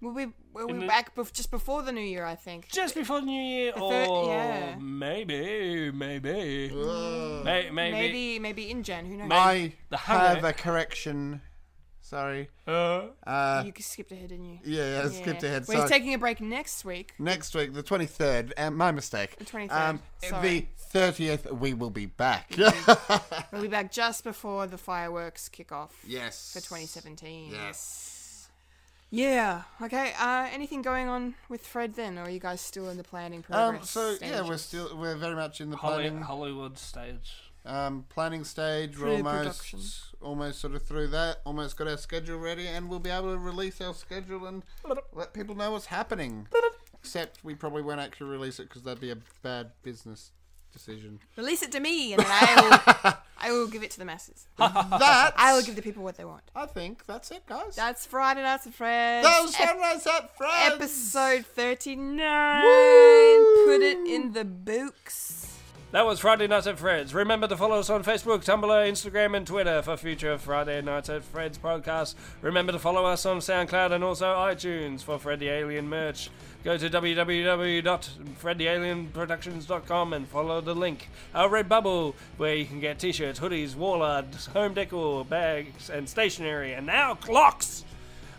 Speaker 3: we'll be we'll
Speaker 2: In
Speaker 3: be
Speaker 2: the-
Speaker 3: back bef- just before the new year, I think.
Speaker 2: just before the New Year,
Speaker 3: The thir-
Speaker 2: or
Speaker 3: yeah.
Speaker 2: maybe, maybe,
Speaker 1: Uh,
Speaker 2: may, maybe,
Speaker 3: Maybe maybe in Jan. Who knows?
Speaker 1: I
Speaker 2: The
Speaker 1: have
Speaker 2: hangover.
Speaker 1: a correction. Sorry.
Speaker 2: Uh,
Speaker 1: Uh,
Speaker 3: you skipped ahead, didn't you?
Speaker 1: yeah, yeah, I skipped ahead.
Speaker 3: We're
Speaker 1: Sorry.
Speaker 3: taking a break next week.
Speaker 1: Next week, the 23rd. Uh, my mistake.
Speaker 3: The 23rd,
Speaker 1: Um, the
Speaker 3: sorry. Mm-hmm.
Speaker 1: 30th, we will be back.
Speaker 3: We'll be back just before the fireworks kick off
Speaker 1: yes.
Speaker 3: for 2017.
Speaker 1: Yes.
Speaker 3: Yeah. Okay. Uh, anything going on with Fred then, or are you guys still in the planning
Speaker 1: Um,
Speaker 3: progress?
Speaker 1: so yeah,
Speaker 3: stage?
Speaker 1: we're still we're very much in the
Speaker 2: Holly,
Speaker 1: planning
Speaker 2: Hollywood stage.
Speaker 1: um, planning stage. We're almost
Speaker 3: Pre-production.
Speaker 1: almost sort of through that. Almost got our schedule ready, and we'll be able to release our schedule and let people know what's happening. Except we probably won't actually release it because that'd be a bad business decision.
Speaker 3: Release it to me, and then I will, I will give it to the masses.
Speaker 1: that
Speaker 3: I will give the people what they want.
Speaker 1: I think that's it, guys.
Speaker 3: That's Friday Nights with Friends.
Speaker 1: that was Sunrise Up Friends.
Speaker 3: episode 39.
Speaker 1: Woo!
Speaker 3: Put it in the books.
Speaker 2: That was Friday Nights at Fred's. Remember to follow us on Facebook, Tumblr, Instagram, and Twitter for future Friday Nights at Fred's podcasts. Remember to follow us on SoundCloud and also iTunes for Fred the Alien merch. Go to www.fredthealienproductions.com and follow the link. Our Redbubble, where you can get t shirts, hoodies, wall art, home decor, bags, and stationery, and now clocks!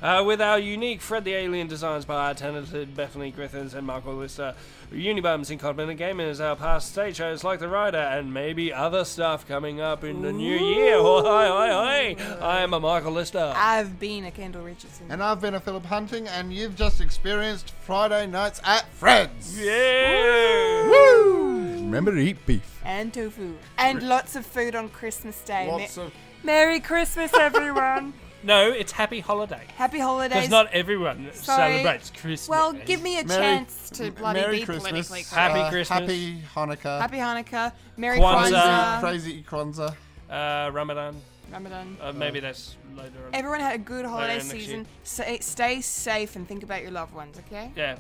Speaker 2: Uh, with our unique Fred the Alien designs by our talented Bethany Griffiths and Michael Lister. Unibums in Codman and Gamers, our past stage shows like The Rider, and maybe other stuff coming up in the new year. Hoi, hoi, hoi. I am a Michael Lister.
Speaker 3: I've been a Kendall Richardson.
Speaker 1: And I've been a Philip Hunting, and you've just experienced Friday nights at Fred's.
Speaker 2: Yeah!
Speaker 1: Remember to eat beef.
Speaker 3: and tofu. And lots of food on Christmas Day.
Speaker 1: Lots
Speaker 3: Me-
Speaker 1: of
Speaker 3: Merry Christmas, everyone.
Speaker 2: No, it's Happy Holiday.
Speaker 3: Happy
Speaker 2: Because
Speaker 3: holidays.
Speaker 2: not everyone
Speaker 3: Sorry.
Speaker 2: celebrates Christmas.
Speaker 3: well, give me a
Speaker 1: Merry-
Speaker 3: chance to bloody
Speaker 1: Merry
Speaker 3: be
Speaker 1: Christmas. Uh,
Speaker 3: politically correct.
Speaker 2: Happy Christmas.
Speaker 1: Happy Hanukkah.
Speaker 3: Happy Hanukkah. Merry
Speaker 2: Kwanzaa.
Speaker 1: crazy,
Speaker 3: Kwanzaa.
Speaker 1: crazy Kwanzaa.
Speaker 2: Uh, Ramadan.
Speaker 3: Ramadan.
Speaker 2: Uh, maybe that's later on.
Speaker 3: Everyone had a good
Speaker 2: in
Speaker 3: holiday
Speaker 2: the
Speaker 3: season. Stay, stay safe and think about your loved ones, okay?
Speaker 2: yeah.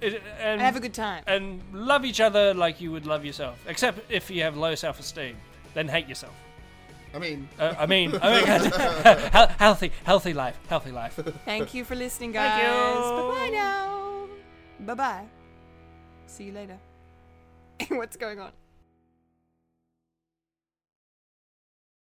Speaker 2: It- and,
Speaker 3: And have a good time.
Speaker 2: and love each other like you would love yourself. Except if you have low self esteem, then hate yourself.
Speaker 1: I mean,
Speaker 2: Uh, I mean, I mean hel- healthy, healthy life, healthy life.
Speaker 3: Thank you for listening, guys.
Speaker 2: Thank you.
Speaker 3: Bye bye now. Bye bye. See you later. What's going on?